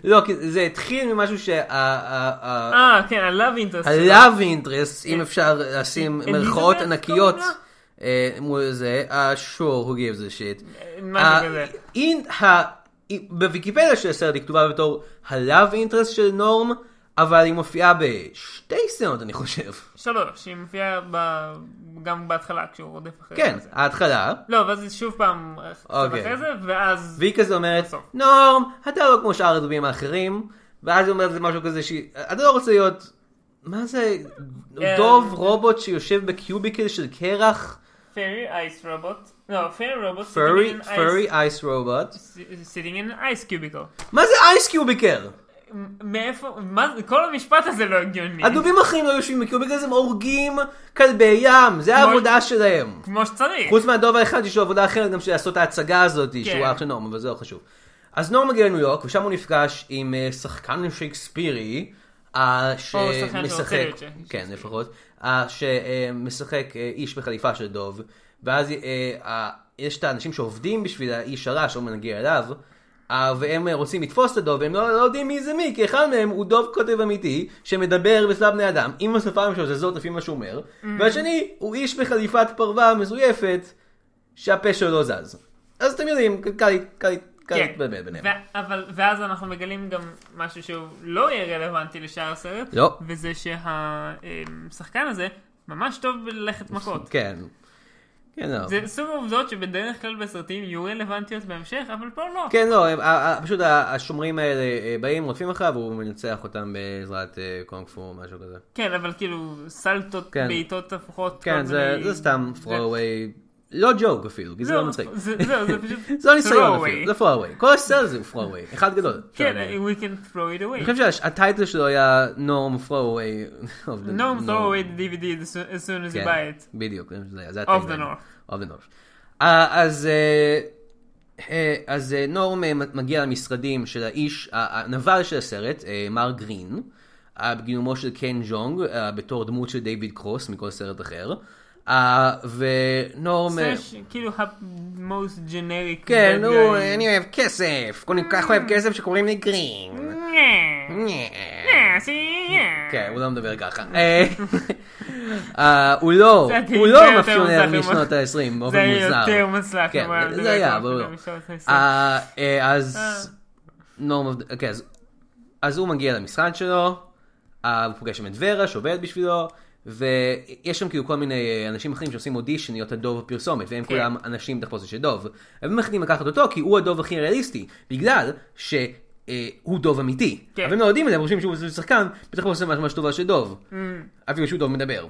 Speaker 1: לא, כי זה התחיל ממשהו שה...
Speaker 2: אה, כן, הלאב אינטרס.
Speaker 1: ה-love interest, אם אפשר לשים
Speaker 2: Elizabeth
Speaker 1: מירכאות
Speaker 2: קוראים
Speaker 1: ענקיות
Speaker 2: לה?
Speaker 1: אה, מול זה, אה, sure, who gives a shit. אה,
Speaker 2: משהו כזה.
Speaker 1: אין, ה... בוויקיפדיה של הסרט היא כתובה בתור ה-love interest של נורם, אבל היא מופיעה בשתי סצנות אני חושב.
Speaker 2: שלוש, היא מופיעה ב- גם בהתחלה כשהוא רודף אחרי
Speaker 1: כן,
Speaker 2: זה.
Speaker 1: ההתחלה.
Speaker 2: לא, ואז זה שוב פעם קצת
Speaker 1: אוקיי.
Speaker 2: אחרי זה, ואז...
Speaker 1: והיא כזה אומרת,
Speaker 2: בסוף.
Speaker 1: נורם, אתה לא כמו שאר הדובים האחרים, ואז היא אומרת זה משהו כזה שהיא, אתה לא רוצה להיות, מה זה,
Speaker 2: אה,
Speaker 1: דוב רובוט שיושב בקיוביקל של קרח,
Speaker 2: Fairy ice robot. לא, fairy robot
Speaker 1: פרי,
Speaker 2: sitting in an ice-
Speaker 1: פרי אייס רובוט,
Speaker 2: sitting in an ice cubicle.
Speaker 1: מה זה אייס קיוביקל?
Speaker 2: מאיפה, מה זה, כל המשפט הזה לא הגיוני.
Speaker 1: הדובים האחרים לא יושבים בקיום, בגלל זה הם הורגים כלבי ים, זה העבודה שלהם.
Speaker 2: כמו שצריך.
Speaker 1: חוץ מהדוב האחד יש לו עבודה אחרת גם של לעשות את ההצגה הזאת, שהוא
Speaker 2: כן.
Speaker 1: אח של נורם, אבל זה לא חשוב. אז נורם מגיע לניו יורק, ושם הוא נפגש עם אה, שחקן שייקספירי, אה,
Speaker 2: או שחקן שרוצה
Speaker 1: שמשחק,
Speaker 2: להיות שייקספירי.
Speaker 1: כן לפחות, אה, שמשחק אה, איש בחליפה של דוב, ואז אה, אה, יש את האנשים שעובדים בשביל האיש הרע שאומר נגיע אליו, אה, והם אה, רוצים לתפוס את הדוב, והם לא לא יודעים מי זה מי, כי אחד מהם הוא דוב קוטב אמיתי, שמדבר בשפת בני אדם, עם השפה המשוזזות לפי מה שהוא אומר,
Speaker 2: Mm.
Speaker 1: והשני הוא איש בחליפת פרווה מזויפת, שהפה שלו לא זז. אז אתם יודעים, קל- קל קל- קל
Speaker 2: כן.
Speaker 1: להתבלבל ביניהם.
Speaker 2: ו- אבל, ואז אנחנו מגלים גם משהו שהוא לא יהיה רלוונטי לשאר הסרט,
Speaker 1: לא.
Speaker 2: וזה שהשחקן הזה ממש טוב בללכת מכות.
Speaker 1: כן. כן, לא.
Speaker 2: זה סוג העובדות שבדרך כלל בסרטים יהיו רלוונטיות בהמשך, אבל פה לא.
Speaker 1: כן, לא, הם- ה- ה- פשוט ה- השומרים האלה אה, באים, רודפים אחריו, והוא מנצח אותם בעזרת אה, קונג פו או משהו כזה.
Speaker 2: כן, אבל כאילו סלטות,
Speaker 1: כן.
Speaker 2: בעיטות הפוכות.
Speaker 1: כן,
Speaker 2: כל
Speaker 1: זה
Speaker 2: מיני-
Speaker 1: זה סתם
Speaker 2: זה-
Speaker 1: throwaway, לא ג'וק אפילו, כי זה לא מצחיק.
Speaker 2: זה- זהו, זה פשוט...
Speaker 1: זה לא ניסיון
Speaker 2: throwaway.
Speaker 1: אפילו, זה throwaway. כל הסרט הזה הוא throwaway, אחד גדול.
Speaker 2: כן,
Speaker 1: אני
Speaker 2: we can throw it away.
Speaker 1: חושב שהטייטל שלו היה Norm throwaway. of the-
Speaker 2: No, throw
Speaker 1: Norm.
Speaker 2: away the DVD as soon- as soon as you
Speaker 1: כן,
Speaker 2: buy it.
Speaker 1: בדיוק, זה היה- זה
Speaker 2: Of the
Speaker 1: הטייטל.
Speaker 2: North.
Speaker 1: Of the North. אה, אז... אה, אה, אז אה, נורם אה, מגיע למשרדים של האיש, ה- הנבל של הסרט, אה, מר גרין, אה, בגילומו של קן ג'ונג, אה, בתור דמות של דיוויד קרוס מכל סרט אחר. אה, ונורם...
Speaker 2: זה
Speaker 1: אה,
Speaker 2: ש- כאילו ה-most generic.
Speaker 1: כן,
Speaker 2: bad
Speaker 1: נו,
Speaker 2: guy.
Speaker 1: אני אוהב כסף. אני
Speaker 2: אה.
Speaker 1: כל כך אוהב כסף שקוראים לי גרין. אה.
Speaker 2: נה, נה, סי, נה.
Speaker 1: כן, הוא לא מדבר ככה. אה, אה, הוא לא,
Speaker 2: זה
Speaker 1: הוא
Speaker 2: זה
Speaker 1: לא
Speaker 2: יותר
Speaker 1: מפיונר
Speaker 2: מצליח
Speaker 1: משנות
Speaker 2: ממה-
Speaker 1: ה-20,
Speaker 2: זה
Speaker 1: באופן
Speaker 2: היה
Speaker 1: מוזר.
Speaker 2: יותר מצליח.
Speaker 1: כן,
Speaker 2: ממה-
Speaker 1: זה היה,
Speaker 2: ממה-
Speaker 1: אבל לא.
Speaker 2: משנות ה-עשרים.
Speaker 1: אה, אה, אז...
Speaker 2: אה.
Speaker 1: נורם, אוקיי, אז- אז הוא מגיע למשרד שלו, אה, הוא פוגש שם את ורה שעובדת בשבילו, ויש שם כאילו כל מיני אה, אנשים אחרים שעושים אודישן להיות הדוב בפרסומת, והם
Speaker 2: כן.
Speaker 1: כולם אנשים תחפושת של דוב. הם מחליטים לקחת אותו כי הוא הדוב הכי ריאליסטי, בגלל ש... אה, הוא דוב אמיתי,
Speaker 2: כן.
Speaker 1: אבל הם לא יודעים את זה, הם חושבים שהוא שחקן, בטח הוא עושה ממש ממש טובה של דוב,
Speaker 2: Mm.
Speaker 1: אפילו שהוא דוב מדבר.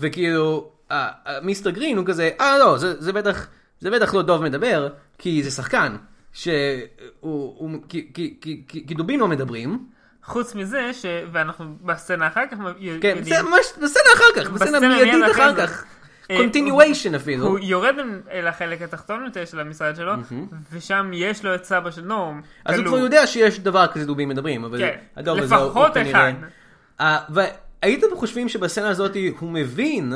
Speaker 1: וכאילו, אה, אה, מיסטר גרין הוא כזה, אה לא, זה, זה בטח, זה בטח לא דוב מדבר, כי זה שחקן, שהוא, הוא, כי, כי, כי, כי, כי דובים לא מדברים,
Speaker 2: חוץ מזה, ש- ואנחנו בסצנה אחר כך,
Speaker 1: כן,
Speaker 2: יודעים-
Speaker 1: זה ממש בסצנה אחר כך, בסצנה
Speaker 2: בסצנה מיד
Speaker 1: מיידית
Speaker 2: אחרי
Speaker 1: אחר
Speaker 2: זה.
Speaker 1: כך.
Speaker 2: אה,
Speaker 1: continuation אפילו.
Speaker 2: הוא יורד אל החלק התחתון יותר של המשרד שלו, ושם יש לו את סבא של נורם.
Speaker 1: אז הוא
Speaker 2: כלוא.
Speaker 1: כבר יודע שיש דבר כזה דובים מדברים, אבל
Speaker 2: כן,
Speaker 1: הדוב הזה הוא
Speaker 2: לפחות
Speaker 1: הוא כנראה...
Speaker 2: אחד.
Speaker 1: אה, והייתם חושבים שבסצנה הזאת הוא מבין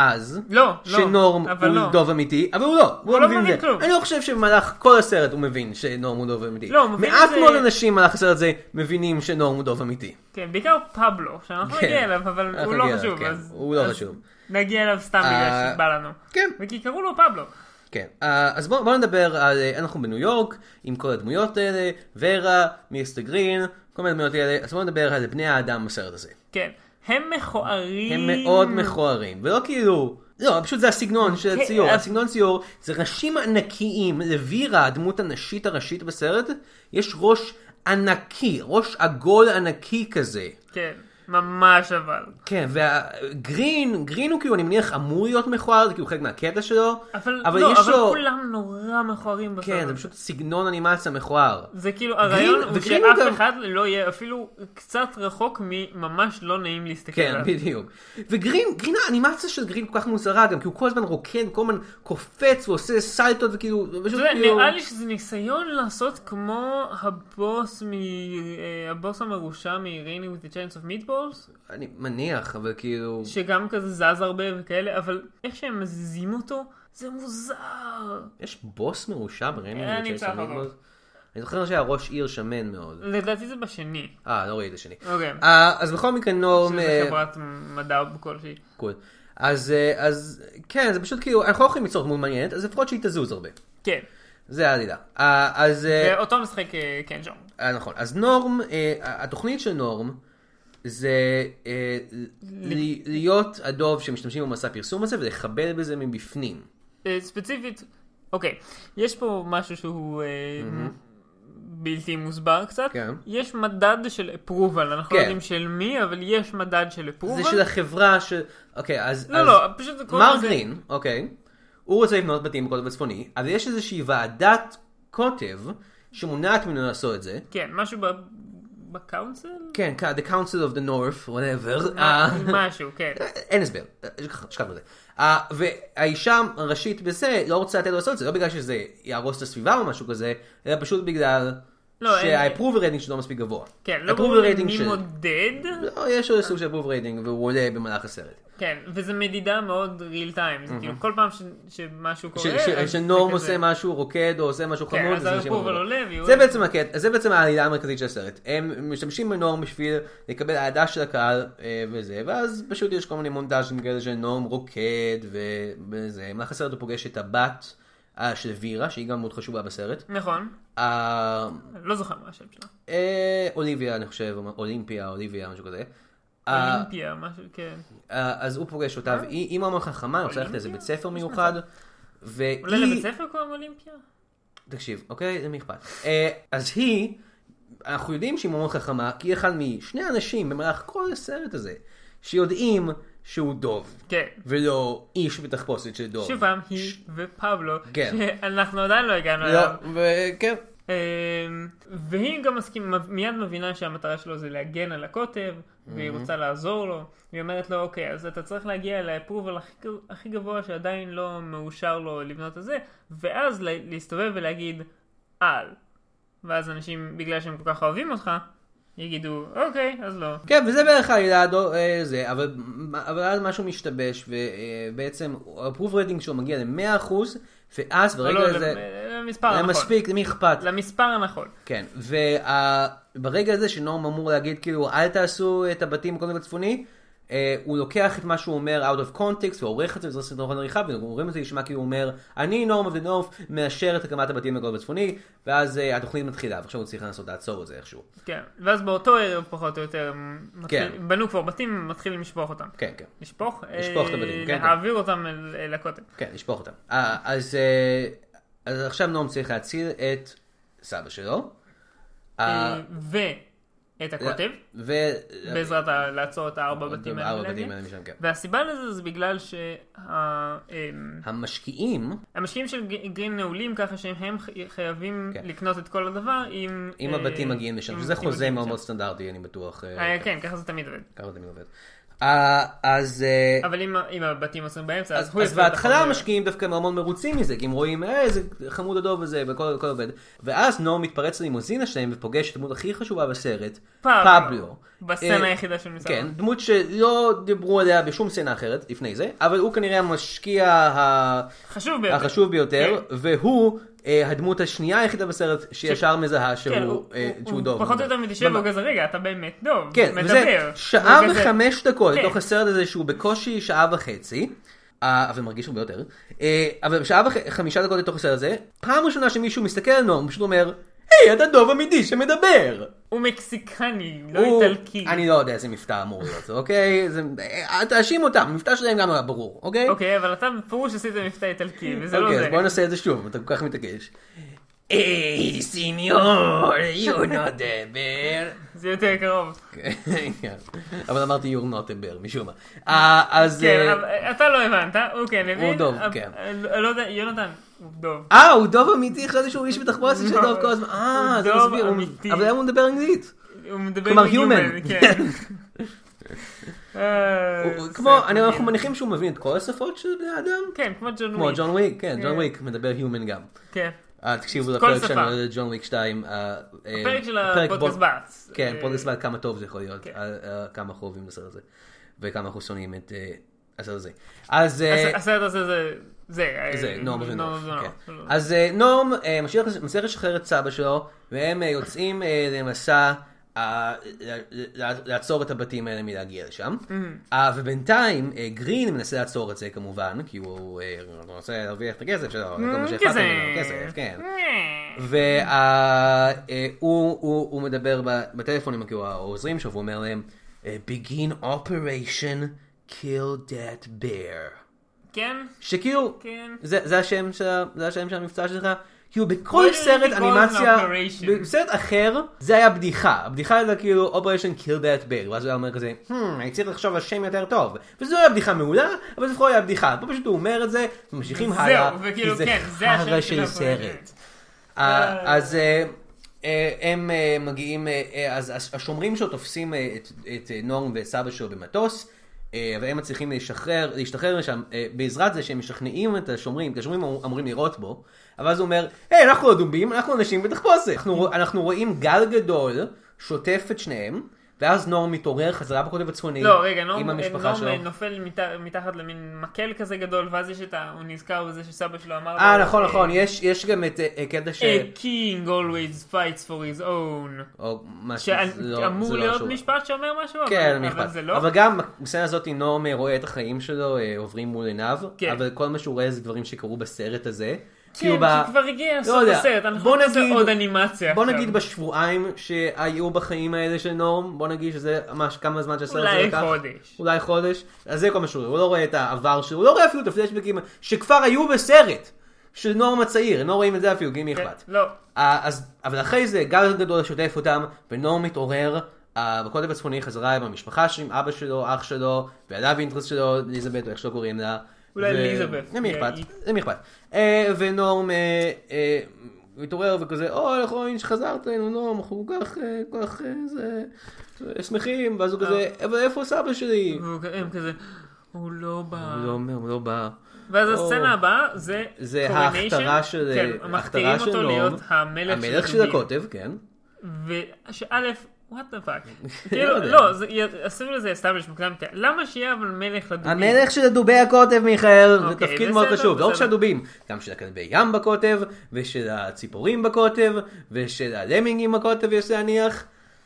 Speaker 1: אז,
Speaker 2: לא, לא,
Speaker 1: שנורם
Speaker 2: אבל
Speaker 1: הוא
Speaker 2: לא.
Speaker 1: דוב אמיתי, אבל הוא לא, הוא
Speaker 2: לא
Speaker 1: את
Speaker 2: מבין
Speaker 1: זה.
Speaker 2: כלום.
Speaker 1: אני לא חושב שבמהלך כל הסרט הוא מבין שנורם הוא דוב אמיתי.
Speaker 2: לא, הוא מבין
Speaker 1: מעט
Speaker 2: את זה-
Speaker 1: מאוד אנשים במהלך הסרט הזה מבינים שנורם הוא דוב אמיתי.
Speaker 2: כן, בעיקר פבלו, שאנחנו
Speaker 1: כן.
Speaker 2: נגיע אליו, אבל
Speaker 1: אנחנו
Speaker 2: הוא לא
Speaker 1: נגיע אליו,
Speaker 2: חשוב.
Speaker 1: כן,
Speaker 2: אז-
Speaker 1: הוא לא
Speaker 2: אז
Speaker 1: חשוב.
Speaker 2: נגיע אליו סתם בגלל
Speaker 1: אה,
Speaker 2: שבא לנו.
Speaker 1: כן.
Speaker 2: וכי קראו לו פבלו.
Speaker 1: כן, אה, אז בואו בוא נדבר על, אה, אנחנו בניו יורק, עם כל הדמויות האלה, ורה, מיסטר גרין, כל מיני דמויות האלה, אז בואו נדבר על בני האדם בסרט הזה.
Speaker 2: כן. הם מכוערים.
Speaker 1: הם מאוד מכוערים, ולא כאילו, לא, פשוט זה הסגנון של
Speaker 2: Mm. כן,
Speaker 1: הציור,
Speaker 2: אז-
Speaker 1: הסגנון ציור זה ראשים ענקיים, לווירה, הדמות הנשית הראשית בסרט, יש ראש ענקי, ראש עגול ענקי כזה.
Speaker 2: כן, ממש אבל.
Speaker 1: כן, והגרין, גרין הוא כאילו, אני מניח, אמור להיות מכוער, זה כאילו חלק מהקטע שלו,
Speaker 2: אבל, לא,
Speaker 1: יש
Speaker 2: אבל
Speaker 1: לו...
Speaker 2: כולם נורא מכוערים בסרט.
Speaker 1: כן, זה
Speaker 2: הזה.
Speaker 1: פשוט סגנון אנימציה מכוער.
Speaker 2: זה כאילו, הרעיון הוא
Speaker 1: וגרין הוא
Speaker 2: שאף
Speaker 1: גם-
Speaker 2: אחד לא יהיה אפילו קצת רחוק מממש לא נעים להסתכל
Speaker 1: כן,
Speaker 2: עליו.
Speaker 1: בדיוק. וגרין, גרין, האנימציה של גרין כל כך מוזרה גם, כי הוא כל הזמן רוקד, כל הזמן קופץ ועושה סלטות וכאילו, פשוט
Speaker 2: אתה יודע,
Speaker 1: כאילו...
Speaker 2: נראה לי שזה ניסיון לעשות כמו הבוס מ... אה, הבוס המרושע מ-Raining with the Chance of Meatballs,
Speaker 1: אני מניח, אבל כאילו...
Speaker 2: שגם כזה זז הרבה וכאלה, אבל איך שהם מזיזים אותו, זה מוזר.
Speaker 1: יש בוס מרושע בריינים?
Speaker 2: אה, אני צריך אותו.
Speaker 1: אני זוכר שהיה ראש עיר שמן מאוד.
Speaker 2: לדעתי זה בשני.
Speaker 1: אה, לא ראיתי את השני.
Speaker 2: אוקיי.
Speaker 1: אה, אז בכל מקרה נורם...
Speaker 2: שזה
Speaker 1: אה,
Speaker 2: חברת מדע כלשהי.
Speaker 1: קול. אז אה, אז כן, זה פשוט כאילו, אנחנו לא יכולים ליצור דמות מעניינת, אז לפחות שהיא תזוז הרבה.
Speaker 2: כן.
Speaker 1: זה העלילה. אה, אז... אה,
Speaker 2: אותו משחק אה, קן ג'ונג.
Speaker 1: אה, נכון. אז נורם, אה, התוכנית של נורם זה אה, ל- להיות הדוב שמשתמשים במסע הפרסום הזה ולחבל בזה מבפנים.
Speaker 2: אה, ספציפית, אוקיי, יש פה משהו שהוא אה, בלתי מוסבר קצת.
Speaker 1: כן.
Speaker 2: יש מדד של approval, אנחנו
Speaker 1: כן.
Speaker 2: לא יודעים של מי, אבל יש מדד של approval.
Speaker 1: זה של החברה של... אוקיי, אז...
Speaker 2: לא,
Speaker 1: אז-
Speaker 2: לא, פשוט... קוראים
Speaker 1: מר
Speaker 2: לזה-
Speaker 1: גרין, אוקיי, הוא רוצה לבנות בתים בקוטב הצפוני, אבל יש איזושהי ועדת קוטב שמונעת ממנו לעשות את זה.
Speaker 2: כן, משהו ב... בקאונסל?
Speaker 1: כן, כ- The Council of the North, whatever. אה,
Speaker 2: משהו, כן.
Speaker 1: אין הסבר, אה, שכחנו את זה. אה, והאישה הראשית בזה לא רוצה לתת לו לעשות את זה, לא בגלל שזה יהרוס את הסביבה או משהו כזה, אלא פשוט בגלל
Speaker 2: לא, אין-
Speaker 1: שה-approval rating שלו לא מספיק גבוה.
Speaker 2: כן, לא
Speaker 1: ה-approval
Speaker 2: ברור לי
Speaker 1: rating
Speaker 2: מי
Speaker 1: של-
Speaker 2: מודד.
Speaker 1: לא, יש לו סוג של approval rating והוא עולה במהלך הסרט.
Speaker 2: כן, וזו מדידה מאוד real time, זה כאילו כל פעם ש- שמשהו
Speaker 1: Mhm. ש-
Speaker 2: קורה...
Speaker 1: ש-
Speaker 2: אז זה
Speaker 1: שנורם
Speaker 2: כזה.
Speaker 1: עושה משהו, רוקד או עושה משהו
Speaker 2: כן,
Speaker 1: חמוד.
Speaker 2: אז
Speaker 1: זה מה שהם
Speaker 2: הרפורבל
Speaker 1: אומרים.
Speaker 2: עולה והיא
Speaker 1: זה
Speaker 2: עולה.
Speaker 1: בעצם הקטע, זה בעצם העלילה המרכזית של הסרט. הם משתמשים בנורם בשביל לקבל אהדה של הקהל אה, וזה, ואז פשוט יש כל מיני מונטאז'ים כאלה של נורם רוקד ו- וזה. במהלך הסרט הוא פוגש את הבת אה, של וירה, שהיא גם מאוד חשובה בסרט.
Speaker 2: נכון,
Speaker 1: אה,
Speaker 2: לא זוכר מה השם שלה.
Speaker 1: אה, אוליביה, אני חושב, אולימפיה, אוליביה, משהו כזה. אה,
Speaker 2: אולימפיה, משהו, כן.
Speaker 1: אה, אז הוא פוגש אותה, והיא אימא מאוד חכמה, היא הולכת
Speaker 2: אולימפיה?
Speaker 1: לאיזה בית ספר
Speaker 2: יש
Speaker 1: מיוחד.
Speaker 2: אולי לבית
Speaker 1: והיא,
Speaker 2: ספר קוראים אולימפיה?
Speaker 1: תקשיב, אוקיי? למי אכפת? אה, אז היא, אנחנו יודעים שהיא מאוד חכמה, כי היא אחד משני אנשים במהלך כל הסרט הזה, שיודעים שהוא דוב,
Speaker 2: כן.
Speaker 1: ולא איש בתחפושת של דוב.
Speaker 2: שוב פעם, היא ופבלו,
Speaker 1: לא. כן.
Speaker 2: שאנחנו עדיין לא הגענו
Speaker 1: לא,
Speaker 2: אליו.
Speaker 1: וכן.
Speaker 2: אמ, והיא גם מסכימה, מיד מבינה שהמטרה שלו זה להגן על הקוטב, והיא רוצה לעזור לו. היא אומרת לו, אוקיי, אז אתה צריך להגיע לאפרובל הכי גב- הכי גבוה שעדיין לא מאושר לו לבנות את זה, ואז לה- להסתובב ולהגיד, על. ואז אנשים, בגלל שהם כל כך אוהבים אותך, יגידו, אוקיי, אז לא.
Speaker 1: כן, וזה בערך העלילה הדו- אה, זה, אבל, אבל אז משהו משתבש, אה, ובעצם הפרוב רייטינג שלו מגיע ל-100%, ואז ברגע
Speaker 2: לא, נכון.
Speaker 1: הזה,
Speaker 2: למספר
Speaker 1: היה
Speaker 2: הנכון.
Speaker 1: מספיק, למי אכפת?
Speaker 2: למספר הנכון.
Speaker 1: כן, וברגע הזה שנורם אמור להגיד כאילו אל תעשו את הבתים בקונטקסט הצפוני, אה, הוא לוקח את מה שהוא אומר out of context ועורך את זה וזה סרטון עריכה ואומרים את זה נשמע כאילו הוא אומר אני נורם of the north מאשר את הקמת הבתים בקונטקסט הצפוני ואז אה, התוכנית מתחילה ועכשיו הוא צריך לנסות לעצור את זה איכשהו.
Speaker 2: כן, ואז באותו ערב פחות או יותר, הם מתחיל-
Speaker 1: כן.
Speaker 2: בנו כבר בתים, מתחילים לשפוך אותם.
Speaker 1: כן, כן.
Speaker 2: לשפוך?
Speaker 1: לשפוך את
Speaker 2: אה,
Speaker 1: הבדים, כן, כן.
Speaker 2: להעביר אותם אל- אל הכותל.
Speaker 1: כן, לשפוך אותם. אה, אז, אה, אז עכשיו נורם צריך להציל את סבא שלו. אה,
Speaker 2: אה, ואת הכותב,
Speaker 1: ו...
Speaker 2: בעזרת ה- לעצור את הארבע בתים
Speaker 1: אה,
Speaker 2: האלה.
Speaker 1: ארבע בתים
Speaker 2: להגיע.
Speaker 1: האלה משם, כן.
Speaker 2: והסיבה לזה זה בגלל שהמשקיעים
Speaker 1: המשקיעים
Speaker 2: של ג- גרין נעולים ככה שהם הם חי- חייבים
Speaker 1: כן.
Speaker 2: לקנות את כל הדבר עם...
Speaker 1: אם
Speaker 2: אה,
Speaker 1: הבתים מגיעים לשם,
Speaker 2: עם
Speaker 1: שזה
Speaker 2: בתים
Speaker 1: חוזה
Speaker 2: מגיעים
Speaker 1: מאוד
Speaker 2: לשם.
Speaker 1: מאוד סטנדרטי, אני בטוח. אה,
Speaker 2: אה, כן, ככה זה תמיד עובד.
Speaker 1: ככה זה עובד. אה, אז... אה,
Speaker 2: אבל אם ה- אם הבתים עושים באמצע, אז
Speaker 1: אז
Speaker 2: הוא...
Speaker 1: אז
Speaker 2: יעשה את
Speaker 1: בהתחלה
Speaker 2: החוזה.
Speaker 1: המשקיעים דווקא מאוד מאוד מרוצים מזה, כי הם רואים, אה, איזה חמוד הדוב הזה, והכל הכל עובד. ואז נורם מתפרץ ללימוזינה שלהם ופוגש את הדמות הכי חשובה בסרט,
Speaker 2: פבלו.
Speaker 1: פבלו.
Speaker 2: בסצנה
Speaker 1: אה,
Speaker 2: היחידה של מסעדה.
Speaker 1: כן, דמות שלא דיברו עליה בשום סצנה אחרת לפני זה, אבל הוא כנראה המשקיע ה...
Speaker 2: חשוב ביותר.
Speaker 1: החשוב ביותר,
Speaker 2: כן.
Speaker 1: והוא אה, הדמות השנייה היחידה בסרט שישר מזהה
Speaker 2: כן,
Speaker 1: שהוא אה, שהוא דוב.
Speaker 2: פחות או יותר מתיישב
Speaker 1: ממש.
Speaker 2: והוא כזה, רגע, אתה באמת דוב,
Speaker 1: כן,
Speaker 2: מדבר.
Speaker 1: וזה שעה
Speaker 2: והוא כזה,
Speaker 1: וחמש דקות
Speaker 2: כן.
Speaker 1: לתוך הסרט הזה שהוא בקושי שעה וחצי. אה, אבל מרגיש הרבה יותר. אה, אבל שעה וחמישה דקות לתוך הסרט הזה, פעם ראשונה שמישהו מסתכל על נורם, הוא פשוט אומר, היי, אתה דוב אמיתי שמדבר.
Speaker 2: הוא מקסיקני, לא
Speaker 1: הוא-
Speaker 2: איטלקי.
Speaker 1: אני לא יודע איזה מבטא אמור להיות, אוקיי? זה- אה, אל תאשים אותם, המבטא שלהם גם היה ברור, אוקיי?
Speaker 2: אוקיי, אבל אתה בפירוש עשית מבטא איטלקי, וזה לא
Speaker 1: אוקיי, אז
Speaker 2: זה.
Speaker 1: בוא נעשה את זה שוב, אם אתה כל כך מתעקש. היי, סיניור, you not the bear.
Speaker 2: זה יותר קרוב.
Speaker 1: כן. אבל אמרתי you're not a bear, משום מה. אה, אז...
Speaker 2: כן,
Speaker 1: אה,
Speaker 2: אבל אתה לא הבנת, הוא כן הבין.
Speaker 1: הוא דוב,
Speaker 2: אבל-
Speaker 1: כן.
Speaker 2: אה, לא יודע, יונתן, הוא דוב.
Speaker 1: אה, הוא דוב אמיתי, חשבתי שהוא איש בתחפושת של דוב כל הזמן. אה,
Speaker 2: לא, הוא
Speaker 1: זה
Speaker 2: דוב
Speaker 1: מסביר. הוא-
Speaker 2: אמיתי.
Speaker 1: אבל היום הוא מדבר אנגלית.
Speaker 2: הוא מדבר
Speaker 1: כלומר,
Speaker 2: עם
Speaker 1: human.
Speaker 2: human, כן.
Speaker 1: כן.
Speaker 2: אה,
Speaker 1: הוא- הוא-
Speaker 2: זה
Speaker 1: כמו, אני-
Speaker 2: מדהים.
Speaker 1: אנחנו מניחים שהוא מבין את כל השפות של בני אדם?
Speaker 2: כן, כמו ג'ון
Speaker 1: כמו
Speaker 2: וויק.
Speaker 1: ג'ון וויק, כן, ג'ון
Speaker 2: כן.
Speaker 1: וויק מדבר Human גם.
Speaker 2: כן.
Speaker 1: אה, תקשיבו
Speaker 2: כל
Speaker 1: לפרק
Speaker 2: שפה.
Speaker 1: שלנו על ג'ון וויק 2. אה, אה,
Speaker 2: פרק של
Speaker 1: פרק
Speaker 2: הפודקאסט
Speaker 1: בו-
Speaker 2: באץ.
Speaker 1: כן,
Speaker 2: אה,
Speaker 1: פודקאסט בעד כמה טוב זה יכול להיות,
Speaker 2: כן.
Speaker 1: על- על כמה אנחנו אוהבים את הסרט הזה, וכמה אנחנו שונאים את אה, הסרט הזה. אז... אה,
Speaker 2: הס- הסרט הזה זה... זה,
Speaker 1: זה,
Speaker 2: אה, לא,
Speaker 1: נורם ונורם.
Speaker 2: ונורם.
Speaker 1: כן. אז אה, נורם אה, מצליח- מצליח לשחרר את סבא שלו, והם אה, יוצאים אה, למסע אה, ל- ל- לעצור את הבתים האלה מלהגיע לשם. אה, ובינתיים אה, גרין מנסה לעצור את זה כמובן, כי הוא אה, רוצה להרוויח את הכסף שלו, כל מה שאכפת
Speaker 2: כזה.
Speaker 1: ממנו, כסף, כן.
Speaker 2: אה,
Speaker 1: אה, והוא מדבר ב- בטלפון עם כאילו העוזרים שלו, והוא אומר להם, אה, begin operation kill that bear.
Speaker 2: כן?
Speaker 1: שכאילו,
Speaker 2: כן.
Speaker 1: זה, זה, השם של, ה- זה השם של המבצע שלך, כאילו בכל
Speaker 2: Why
Speaker 1: סרט
Speaker 2: didn't they call
Speaker 1: אנימציה,
Speaker 2: an operation?
Speaker 1: בסרט אחר, זה היה בדיחה, הבדיחה הייתה כאילו Operation Kill That Bear, ואז הוא היה אומר כזה, hmm, אני צריך לחשוב על שם יותר טוב, וזו הייתה בדיחה מעולה, אבל זה לפחות היה בדיחה, פה פשוט הוא אומר את זה, ממשיכים
Speaker 2: זהו,
Speaker 1: הלאה,
Speaker 2: וכאילו,
Speaker 1: כי זה
Speaker 2: כן, זה השם
Speaker 1: חרא
Speaker 2: של
Speaker 1: של
Speaker 2: ה-
Speaker 1: סרט. אה, אז אה, אה, הם אה, מגיעים, אה, אה, אז הש- השומרים שלו תופסים אה, את- את אה, נורם וסבא שלו במטוס, אה, והם מצליחים לשחרר, להשתחרר משם אה, בעזרת זה שהם משכנעים את השומרים, כי השומרים אמור- אמורים לירות בו, אבל אז הוא אומר, היי, אנחנו לא דובים, אנחנו אנשים בתחפושת. אנחנו- אנחנו רואים גל גדול שוטף את שניהם, ואז נורם מתעורר חזרה בקוטב הצפוני,
Speaker 2: לא, רגע,
Speaker 1: עם
Speaker 2: נורם
Speaker 1: המשפחה
Speaker 2: נורם,
Speaker 1: שלו.
Speaker 2: אה, נופל מת- מתחת למין מקל כזה גדול, ואז יש את ה... הוא נזכר בזה שסבא שלו אמר...
Speaker 1: אה,
Speaker 2: לו,
Speaker 1: נכון,
Speaker 2: אה,
Speaker 1: נכון, יש יש גם את אה, אה, קטע ש...
Speaker 2: A king always fights for his own.
Speaker 1: או משהו, זה לא- זה
Speaker 2: שאמור
Speaker 1: לא
Speaker 2: להיות
Speaker 1: חשוב.
Speaker 2: משפט שאומר משהו, אבל-
Speaker 1: כן,
Speaker 2: אבל
Speaker 1: נכבד.
Speaker 2: זה לא.
Speaker 1: אבל גם בסצנה הזאת נורם רואה את החיים שלו אה, עוברים מול עיניו,
Speaker 2: כן.
Speaker 1: אבל כל מה שהוא רואה זה דברים שקרו בסרט הזה.
Speaker 2: כן,
Speaker 1: כאילו ב-
Speaker 2: כי כבר הגיע
Speaker 1: לא
Speaker 2: סוף
Speaker 1: יודע.
Speaker 2: הסרט, אנחנו
Speaker 1: בוא
Speaker 2: נעשה
Speaker 1: נגיד-
Speaker 2: עוד אנימציה
Speaker 1: בוא
Speaker 2: עכשיו.
Speaker 1: נגיד בשבועיים שהיו בחיים האלה של נורם, בוא נגיד שזה ממש כמה זמן שהסרט הזה
Speaker 2: אולי
Speaker 1: לקח.
Speaker 2: חודש.
Speaker 1: אולי חודש. אז זה כל מה שהוא רואה, הוא לא רואה את העבר שלו, הוא לא רואה אפילו את הפלשבקים שכבר היו בסרט. של נורם הצעיר, הם לא רואים את זה אפילו, כי מי
Speaker 2: כן,
Speaker 1: אכפת.
Speaker 2: לא.
Speaker 1: אה, אז, אבל אחרי זה גל גדול שוטף אותם, ונורם מתעורר אה, בקוטב הצפוני חזרה עם המשפחה שלו, עם אבא שלו, אח שלו, וילדיו אינטרס שלו, אליזבת, או איך שלא קוראים לה.
Speaker 2: אולי אליזבת.
Speaker 1: למי אכפת?
Speaker 2: היא-
Speaker 1: למי אכפת? אה, ונורם אה, אה, מתעורר וכזה, או, אנחנו רואים שחזרת אלינו, נורם, אנחנו כל כך, אה, כל כך, אה, זה... אה, שמחים, ואז הוא כזה,
Speaker 2: אה.
Speaker 1: אבל איפה סבא שלי?
Speaker 2: והוא כ- הם כזה, הוא לא בא.
Speaker 1: הוא לא אומר, הוא לא בא.
Speaker 2: ואז
Speaker 1: או.
Speaker 2: הסצנה הבאה זה
Speaker 1: זה
Speaker 2: coronation.
Speaker 1: ההכתרה של...
Speaker 2: כן,
Speaker 1: ההכתרה
Speaker 2: מכתירים
Speaker 1: של
Speaker 2: אותו
Speaker 1: נורם,
Speaker 2: להיות המלך
Speaker 1: המלך של
Speaker 2: הדובים.
Speaker 1: הקוטב, כן.
Speaker 2: ושא', what the fuck.
Speaker 1: לא
Speaker 2: כאילו,
Speaker 1: יודע.
Speaker 2: לא, זה- עשינו לזה established מוקדם, יותר. למה שיהיה אבל מלך לדוגים?
Speaker 1: המלך של הדובי הקוטב, מיכאל, זה
Speaker 2: אוקיי,
Speaker 1: תפקיד
Speaker 2: בסדר,
Speaker 1: מאוד חשוב. לא רק
Speaker 2: בסדר.
Speaker 1: של הדובים, גם של הכלבי ים בקוטב, ושל הציפורים בקוטב, ושל הלמינגים בקוטב, יש להניח.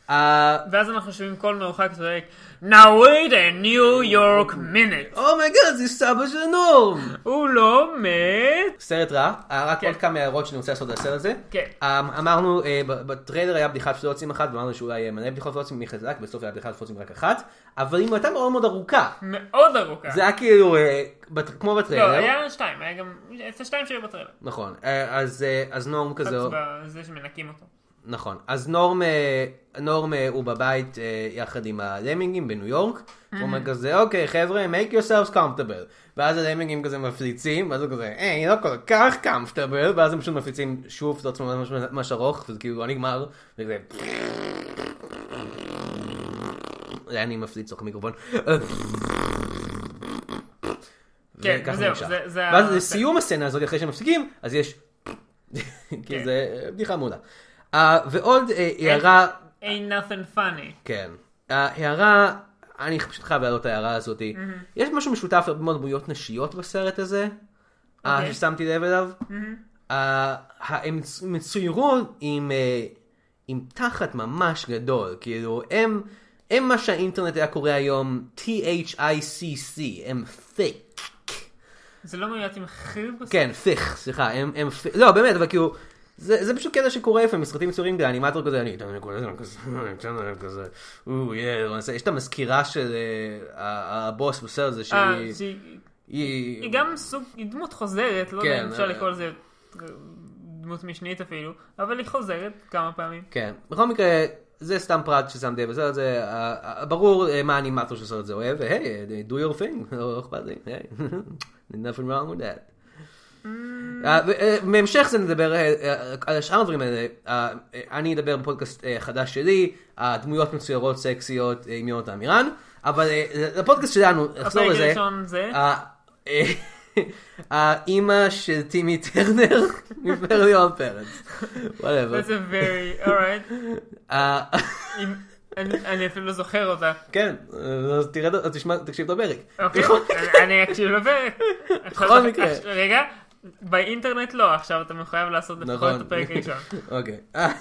Speaker 1: אה,
Speaker 2: ואז אנחנו שומעים קול מרוחק צועק, Now wait a New York minute.
Speaker 1: אומייגאד, זה סבא של נורם!
Speaker 2: הוא לא מת.
Speaker 1: סרט רע, אה, רק
Speaker 2: כן.
Speaker 1: עוד כמה הערות שאני רוצה לעשות על הסרט הזה.
Speaker 2: כן.
Speaker 1: אה, אמרנו, אה, ב- בטריילר היה בדיחת פלוצים אחת, ואמרנו שאולי יהיה מלא בדיחות פלוצים, מיכאל צדק, בסוף היה בדיחת פלוצים רק אחת, אבל היא הייתה מאוד מאוד ארוכה.
Speaker 2: מאוד ארוכה.
Speaker 1: זה היה כאילו, אה, בת- כמו
Speaker 2: לא,
Speaker 1: בטריילר.
Speaker 2: היה שתיים, היה גם... איפה שתיים שהיו בטריילר.
Speaker 1: נכון, אה, אז אה, אז נורם כזה...
Speaker 2: חוץ בזה שמנקים אותו.
Speaker 1: נכון, אז נורם, אה, נורם אה, הוא בבית אה, יחד עם הלמינגים בניו יורק, הוא אומר כזה, אוקיי חבר'ה, make yourselves comfortable. ואז הלמינגים כזה מפליצים, ואז הוא כזה, היי, לא כל כך comfortable, ואז הם פשוט מפליצים שוב, זה עצמו ממש ממש ארוך, וזה כאילו לא נגמר, וכזה... אני מפליץ לתוך המיקרופון.
Speaker 2: כן,
Speaker 1: וככה
Speaker 2: וזהו,
Speaker 1: נמשך.
Speaker 2: זה- זה
Speaker 1: ואז
Speaker 2: ה-
Speaker 1: לסיום הסצנה הזאת, אחרי שהם מפסיקים, אז יש... כי
Speaker 2: כן.
Speaker 1: זה אה, בדיחה מעולה. אה, ועוד אה, הערה,
Speaker 2: Ain't nothing funny.
Speaker 1: כן. ההערה, אני פשוט חייב להעלות את ההערה הזאת. יש משהו משותף להרבה מאוד דמויות נשיות בסרט הזה, אה,
Speaker 2: אוקיי.
Speaker 1: ששמתי לב אליו. אה, הן מצ- מצוירות עם אה, עם תחת ממש גדול, כאילו, הם... הם מה שהאינטרנט היה קורא היום T-H-I-C-C, הם thick.
Speaker 2: זה לא מיועד עם חיר בסוף?
Speaker 1: כן, פיך, סליחה, הם, הם, פ- לא, באמת, אבל כאילו, זה, זה פשוט קטע שקורה לפעמים, סרטים מצוירים, זה אנימטור כזה, אני אתן להם כזה, כזה, אני אתן להם כזה, או, יא, לא נעשה." יש את המזכירה של אה, ה- הבוס בסרט הזה,
Speaker 2: אה,
Speaker 1: שהיא,
Speaker 2: שהיא
Speaker 1: היא,
Speaker 2: היא גם סוג, היא דמות חוזרת, לא
Speaker 1: כן,
Speaker 2: יודע אם אפשר
Speaker 1: אה,
Speaker 2: לקרוא לזה אה, דמות משנית אפילו, אבל היא חוזרת כמה פעמים.
Speaker 1: כן, בכל מקרה, זה סתם פרט ששמתי לב בסרט הזה, אה, אה, ברור אה, מה האנימטור של הסרט הזה אוהב, היי, do your thing, לא אכפת לי, היי, nothing wrong with that. אה, ו- אה, בהמשך זה נדבר אה, אה, על שאר הדברים האלה. אה, אה, אני אדבר בפודקאסט אה, חדש שלי, הדמויות מצוירות, סקסיות, אה, עם יונתן עמירן, אבל אה, לפודקאסט שלנו, נחזור
Speaker 2: הפרק
Speaker 1: לזה.
Speaker 2: הראשון זה,
Speaker 1: אה, אה, האימא של טימי טרנר מפר ליאון פרץ. whatever.
Speaker 2: that's a very, alright,
Speaker 1: אה,
Speaker 2: אם- אני- אני אפילו לא זוכר אותה.
Speaker 1: כן, אז תראה, אז תשמע, תקשיב לפרק.
Speaker 2: אוקיי,
Speaker 1: בכל
Speaker 2: אני- אני אקשיב לפרק. עכשיו
Speaker 1: בכל
Speaker 2: אתה-
Speaker 1: מקרה.
Speaker 2: עכשיו- רגע, באינטרנט לא, עכשיו אתה מחויב לעשות לפחות
Speaker 1: נכון.
Speaker 2: את הפרק הראשון.
Speaker 1: אוקיי. אה.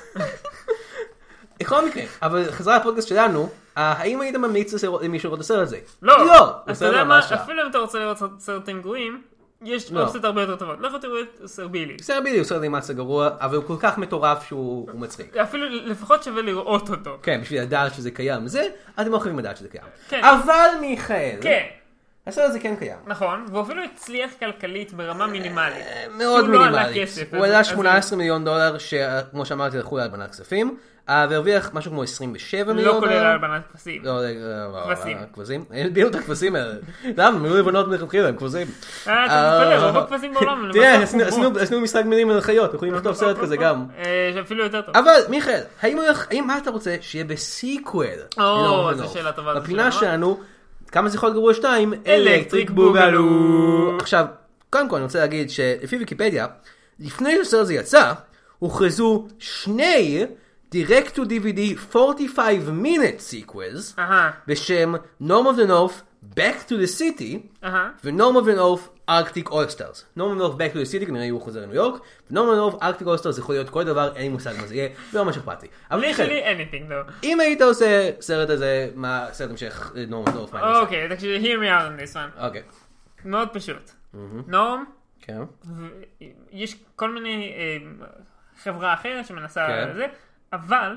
Speaker 1: בכל מקרה, אבל חזרה לפודקאסט שלנו, אה, האם היית ממליץ לסר- למישהו לראות את הסרט הזה?
Speaker 2: לא,
Speaker 1: לא! הוא
Speaker 2: אז אתה
Speaker 1: סרט
Speaker 2: יודע מה,
Speaker 1: ממש רע.
Speaker 2: אפילו אם אתה רוצה לראות סרט- סרטים גרועים, יש
Speaker 1: לא.
Speaker 2: אופציות הרבה יותר טובות. לכו תראו את סרבילי.
Speaker 1: סרט בדיוק, סרט אימציה גרוע, אבל הוא כל כך מטורף שהוא הוא מצחיק.
Speaker 2: אפילו לפחות שווה לראות אותו.
Speaker 1: כן, בשביל לדעת שזה קיים זה, אתם לא חייבים לדעת שזה קיים.
Speaker 2: כן.
Speaker 1: אבל מיכאל,
Speaker 2: כן.
Speaker 1: הסרט הזה כן קיים.
Speaker 2: נכון, והוא אפילו הצליח כלכלית ברמה מינימלית.
Speaker 1: אה, מאוד
Speaker 2: כי הוא לא עלה
Speaker 1: מינימלי.
Speaker 2: כסף.
Speaker 1: הוא
Speaker 2: אז-
Speaker 1: עלה
Speaker 2: אז-
Speaker 1: 18 מיליון דולר, שכמו שאמרתי, הלכו להלבנת כספים, אה, והרוויח משהו כמו 27 מיליון
Speaker 2: לא
Speaker 1: דולר.
Speaker 2: כולל הלבנת כספים.
Speaker 1: לא, לא, לא, לא,
Speaker 2: כבשים.
Speaker 1: לא, כבשים. הביאו את הכבשים האלה. למה? הם היו לבנות מלכתחילה, הם כבשים.
Speaker 2: אה, אתה מתפלא, רוב הכבשים בעולם הם
Speaker 1: אה, תראה,
Speaker 2: למעשה
Speaker 1: עשינו-
Speaker 2: חומות.
Speaker 1: עשינו- עשינו משחק מילים על חיות, יכולים לכתוב סרט כזה גם.
Speaker 2: אה, שאפילו יותר טוב.
Speaker 1: אבל, מיכאל, האם הוא יח- האם מה אתה רוצה שיהיה בסיקוול?
Speaker 2: או,
Speaker 1: לא,
Speaker 2: זו
Speaker 1: לא.
Speaker 2: שאלה טובה. זו
Speaker 1: בפינה
Speaker 2: שאלה
Speaker 1: שלנו, כמה זכרות גרוע שתיים,
Speaker 2: נכון? אלקטריק
Speaker 1: אלקטריק
Speaker 2: בוגלו.
Speaker 1: בוגלו. עכשיו, קודם כל אני רוצה להגיד שלפי ויקיפדיה, לפני שהסרט הזה יצא, הוכרזו שני direct to DVD 45 minute sequels
Speaker 2: אהה,
Speaker 1: בשם Norm of the North, Back to the City,
Speaker 2: אהה.
Speaker 1: ונורמן ונורף ארקטיק אולסטארס. נורמן ונורף back to the city כנראה הוא חוזר לניו יורק, ונורמן ונורף ארקטיק אולסטארס יכול להיות כל דבר, אין לי מושג מה זה יהיה, לא ממש אכפת לי. אבל
Speaker 2: לי
Speaker 1: מיכאל,
Speaker 2: שלי anything though.
Speaker 1: אם היית עושה סרט הזה, מה, סרט המשך אה, נורמן ונורף, מה היית עושה?
Speaker 2: אוקיי, תקשיב, hear me out on this one.
Speaker 1: אוקיי.
Speaker 2: מאוד פשוט. נורם,
Speaker 1: כן.
Speaker 2: ו- יש כל מיני אה, חברה אחרת שמנסה
Speaker 1: כן.
Speaker 2: לזה, אבל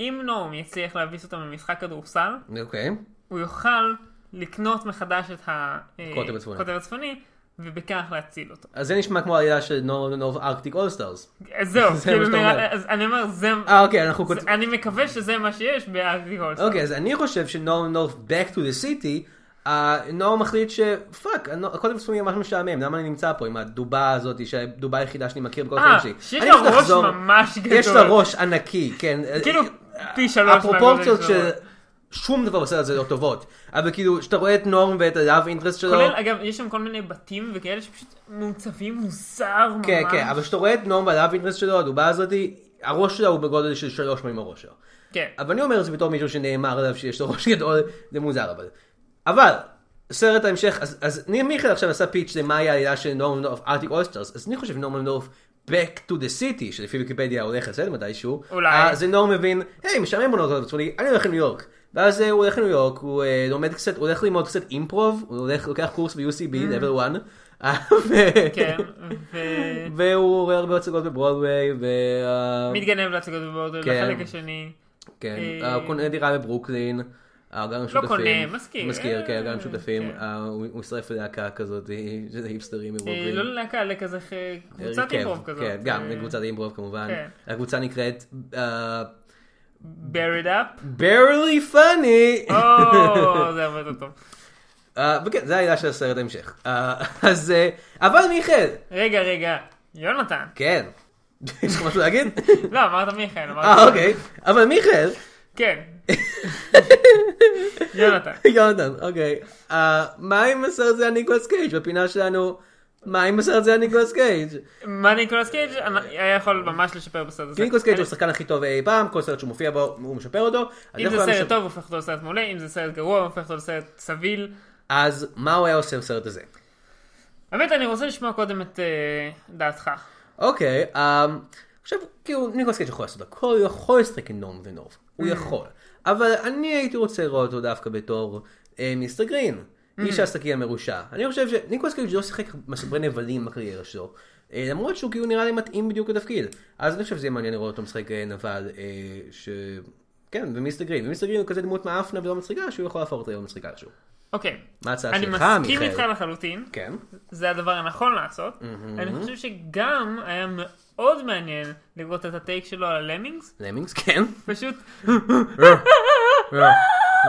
Speaker 2: אם נורם יצליח להביס אותם למשחק כדורסל,
Speaker 1: אוקיי.
Speaker 2: הוא יוכל לקנות מחדש את
Speaker 1: קוטב הצפוני.
Speaker 2: הקוטב הצפוני, ובכך להציל אותו.
Speaker 1: אז זה נשמע כמו העלילה של נורמן ונורף ארקטיק אולסטארס.
Speaker 2: אז זהו,
Speaker 1: זה
Speaker 2: כאילו,
Speaker 1: מה שאתה
Speaker 2: נראה-
Speaker 1: אומר.
Speaker 2: אז אני אומר, זה...
Speaker 1: אה, אוקיי, אנחנו
Speaker 2: זה-
Speaker 1: כותבים...
Speaker 2: אני מקווה שזה מה שיש בארטי הולסטר.
Speaker 1: אוקיי, אז אני חושב שנורמן ונורף back to the city, אה, נורם מחליט שפאק, הקודם צפוי ממש משעמם, למה אני נמצא פה עם הדובה הזאת, שהדובה היחידה שאני מכיר בכל החיים
Speaker 2: אה,
Speaker 1: שלי.
Speaker 2: שיש
Speaker 1: אוקיי, אני
Speaker 2: לה
Speaker 1: פשוט
Speaker 2: ראש
Speaker 1: אחזור-
Speaker 2: ממש גדול.
Speaker 1: יש לה ראש ענקי, כן.
Speaker 2: כאילו, פי שלוש
Speaker 1: הפרופורציות
Speaker 2: מהגודל
Speaker 1: של
Speaker 2: שלו.
Speaker 1: שום דבר בסרט הזה לא טובות. אבל כאילו, כשאתה רואה את נורם ואת הלאב אינטרסט שלו...
Speaker 2: כולל, אגב, יש שם כל מיני בתים וכאלה שפשוט מעוצבים מוזר ממש.
Speaker 1: כן, כן, אבל כשאתה רואה את נורם והלאב אינטרסט שלו, הדובה הזאתי, הראש שלה הוא בגודל של שלוש פעמים הראש שלו.
Speaker 2: כן.
Speaker 1: אבל אני אומר את זה בתור מישהו שנאמר עליו שיש לו ראש גדול, זה מוזר אבל. אבל, סרט ההמשך, אז, אז ניר מיכאל עכשיו עשה פיץ' למהי העלילה של נורמן נורף ארטיק אוסטרס, אז אני חושב נורמן נורף Back to the City, שלפי ויקיפדיה הולך לצאת מתישהו,
Speaker 2: אולי.
Speaker 1: אה, אז נורם מבין, היי, משעמם בו נורמן עצמי, אני הולך לניו יורק. ואז אה, הוא הולך לניו יורק, הוא אה, לומד קצת, הוא הולך ללמוד קצת אימפרוב, הוא הולך, לוקח קורס ב-UCB, level 1. אה, ו-
Speaker 2: Mm. כן, ו...
Speaker 1: והוא רואה הרבה הצגות בברודוויי, ו... אה,
Speaker 2: מתגנב להצגות בבורדר,
Speaker 1: כן.
Speaker 2: לחלק השני.
Speaker 1: כן,
Speaker 2: אה, לא
Speaker 1: אה, הוא קונה דירה בברוקלין, אה, גר עם שותפים.
Speaker 2: קונה, משכיר.
Speaker 1: משכיר, כן, גר עם שותפים.
Speaker 2: כן.
Speaker 1: אה, הוא הוא הצטרף ללהקה כזאת, אה, של היפסטרים
Speaker 2: אה,
Speaker 1: בברוקלין.
Speaker 2: לא ללהקה, לכזה ח-
Speaker 1: אוקיי. אה,
Speaker 2: קבוצת
Speaker 1: כן,
Speaker 2: אימפרוב כזאת. אה,
Speaker 1: כן, גם קבוצת אימפרוב כמובן.
Speaker 2: כן.
Speaker 1: הקבוצה נקראת אה,
Speaker 2: buried up.
Speaker 1: Barely Funny.
Speaker 2: אה. או, זה הרבה יותר טוב.
Speaker 1: אה, וכן, זה העילה של הסרט ההמשך. אה, אז, אה, אבל מיכאל,
Speaker 2: רגע, רגע, יונתן.
Speaker 1: כן. יש לך משהו להגיד?
Speaker 2: לא, אמרת מיכאל, אמרת...
Speaker 1: אה, אוקיי. אבל מיכאל,
Speaker 2: כן. יונתן.
Speaker 1: יונתן, אוקיי. אה, מה עם הסרט זה על ניקולס קייג' בפינה שלנו? מה עם הסרט זה על ניקולס
Speaker 2: אה,
Speaker 1: קייג'?
Speaker 2: מה ניקולס קייג' היה יכול ממש לשפר בסרט הזה.
Speaker 1: כן, ניקולס קייג' הוא
Speaker 2: אני-
Speaker 1: השחקן הכי טוב אי פעם, כל סרט שהוא מופיע בו, הוא משפר אותו. אז
Speaker 2: אם
Speaker 1: איך
Speaker 2: זה
Speaker 1: הוא היה
Speaker 2: סרט
Speaker 1: משפר-
Speaker 2: טוב, הוא הופך אותו לסרט מעולה, אם זה סרט גרוע, הוא הופך אותו לסרט סביל.
Speaker 1: אז מה הוא היה עושה בסרט הזה?
Speaker 2: האמת, אני רוצה לשמוע קודם את אה, דעתך.
Speaker 1: אוקיי, אה, עכשיו, כאילו, ניקולס קייג' יכול לעשות הכל, הוא יכול לשחק עם נורם ונורף,
Speaker 2: Mm.
Speaker 1: הוא יכול. אבל אני הייתי רוצה לראות אותו דווקא בתור אה, מיסטר גרין,
Speaker 2: Mm.
Speaker 1: איש העסקי המרושע. אני חושב שניקולס קייג' לא שיחק מספרי נבלים בקריירה שלו. אה, למרות שהוא כאילו נראה לי מתאים בדיוק לתפקיד. אז אני חושב שזה יהיה מעניין לראות אותו משחק אה, נבל, אה, ש... כן, ומיסטר גרין. ומיסטר גרין הוא כזה דמות מאפנה ולא מצחיקה, שהוא יכול להפוך אותה להיות מצחיקה איכשהו.
Speaker 2: אוקיי.
Speaker 1: מה ההצעה
Speaker 2: אני
Speaker 1: שלך,
Speaker 2: מסכים
Speaker 1: מיכאל?
Speaker 2: איתך לחלוטין,
Speaker 1: כן.
Speaker 2: זה הדבר הנכון לעשות. אני חושב שגם היה מאוד מעניין לראות את הטייק שלו על הלמינגס,
Speaker 1: למינגס, כן.
Speaker 2: פשוט,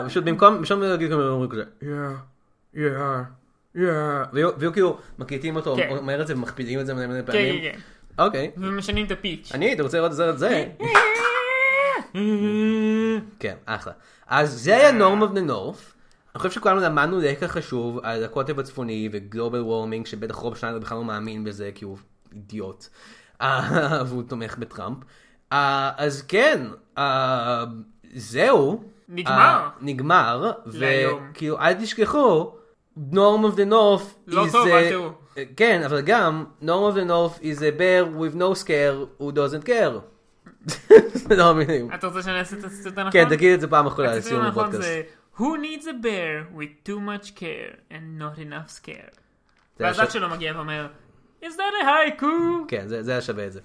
Speaker 1: פשוט במקום, במקום להגיד כזה, הם אומרים כזה, yeah, yeah, yeah, והיו והיו כאילו מקליטים אותו,
Speaker 2: כן.
Speaker 1: אומר את זה ומכפילים את זה מלא מלא
Speaker 2: כן,
Speaker 1: פעמים.
Speaker 2: כן, כן,
Speaker 1: אוקיי.
Speaker 2: ומשנים את הפיץ'.
Speaker 1: אני הייתי רוצה לראות את זה, את זה. כן, אחלה. אז זה היה Norm of the North. אני חושב שכולנו למדנו לקח חשוב על הקוטב הצפוני וגלובל וורמינג, שבטח רוב שניידר בכלל לא מאמין בזה כי הוא אידיוט. אה, והוא תומך בטראמפ. אה, אז כן, אה, זהו.
Speaker 2: נגמר.
Speaker 1: אה, נגמר.
Speaker 2: להיום.
Speaker 1: וכאילו, אל תשכחו, Norm of the North
Speaker 2: לא
Speaker 1: is
Speaker 2: טוב,
Speaker 1: a-
Speaker 2: אל תראו.
Speaker 1: כן, אבל גם, Norm of the North is a bear with no scare who doesn't care. זה לא המילים.
Speaker 2: אתה רוצה שאני אעשה את הציטוט הנכון?
Speaker 1: כן, תגיד את זה פעם אחרונה
Speaker 2: הציטוט
Speaker 1: לסיום
Speaker 2: הנכון
Speaker 1: הפודקאסט.
Speaker 2: זה Who needs a bear with too much care and not enough scare?
Speaker 1: זה היה
Speaker 2: ואז אח
Speaker 1: שווה-
Speaker 2: שלו מגיע ואומר, is that a haiku?
Speaker 1: כן, זה זה היה שווה את זה.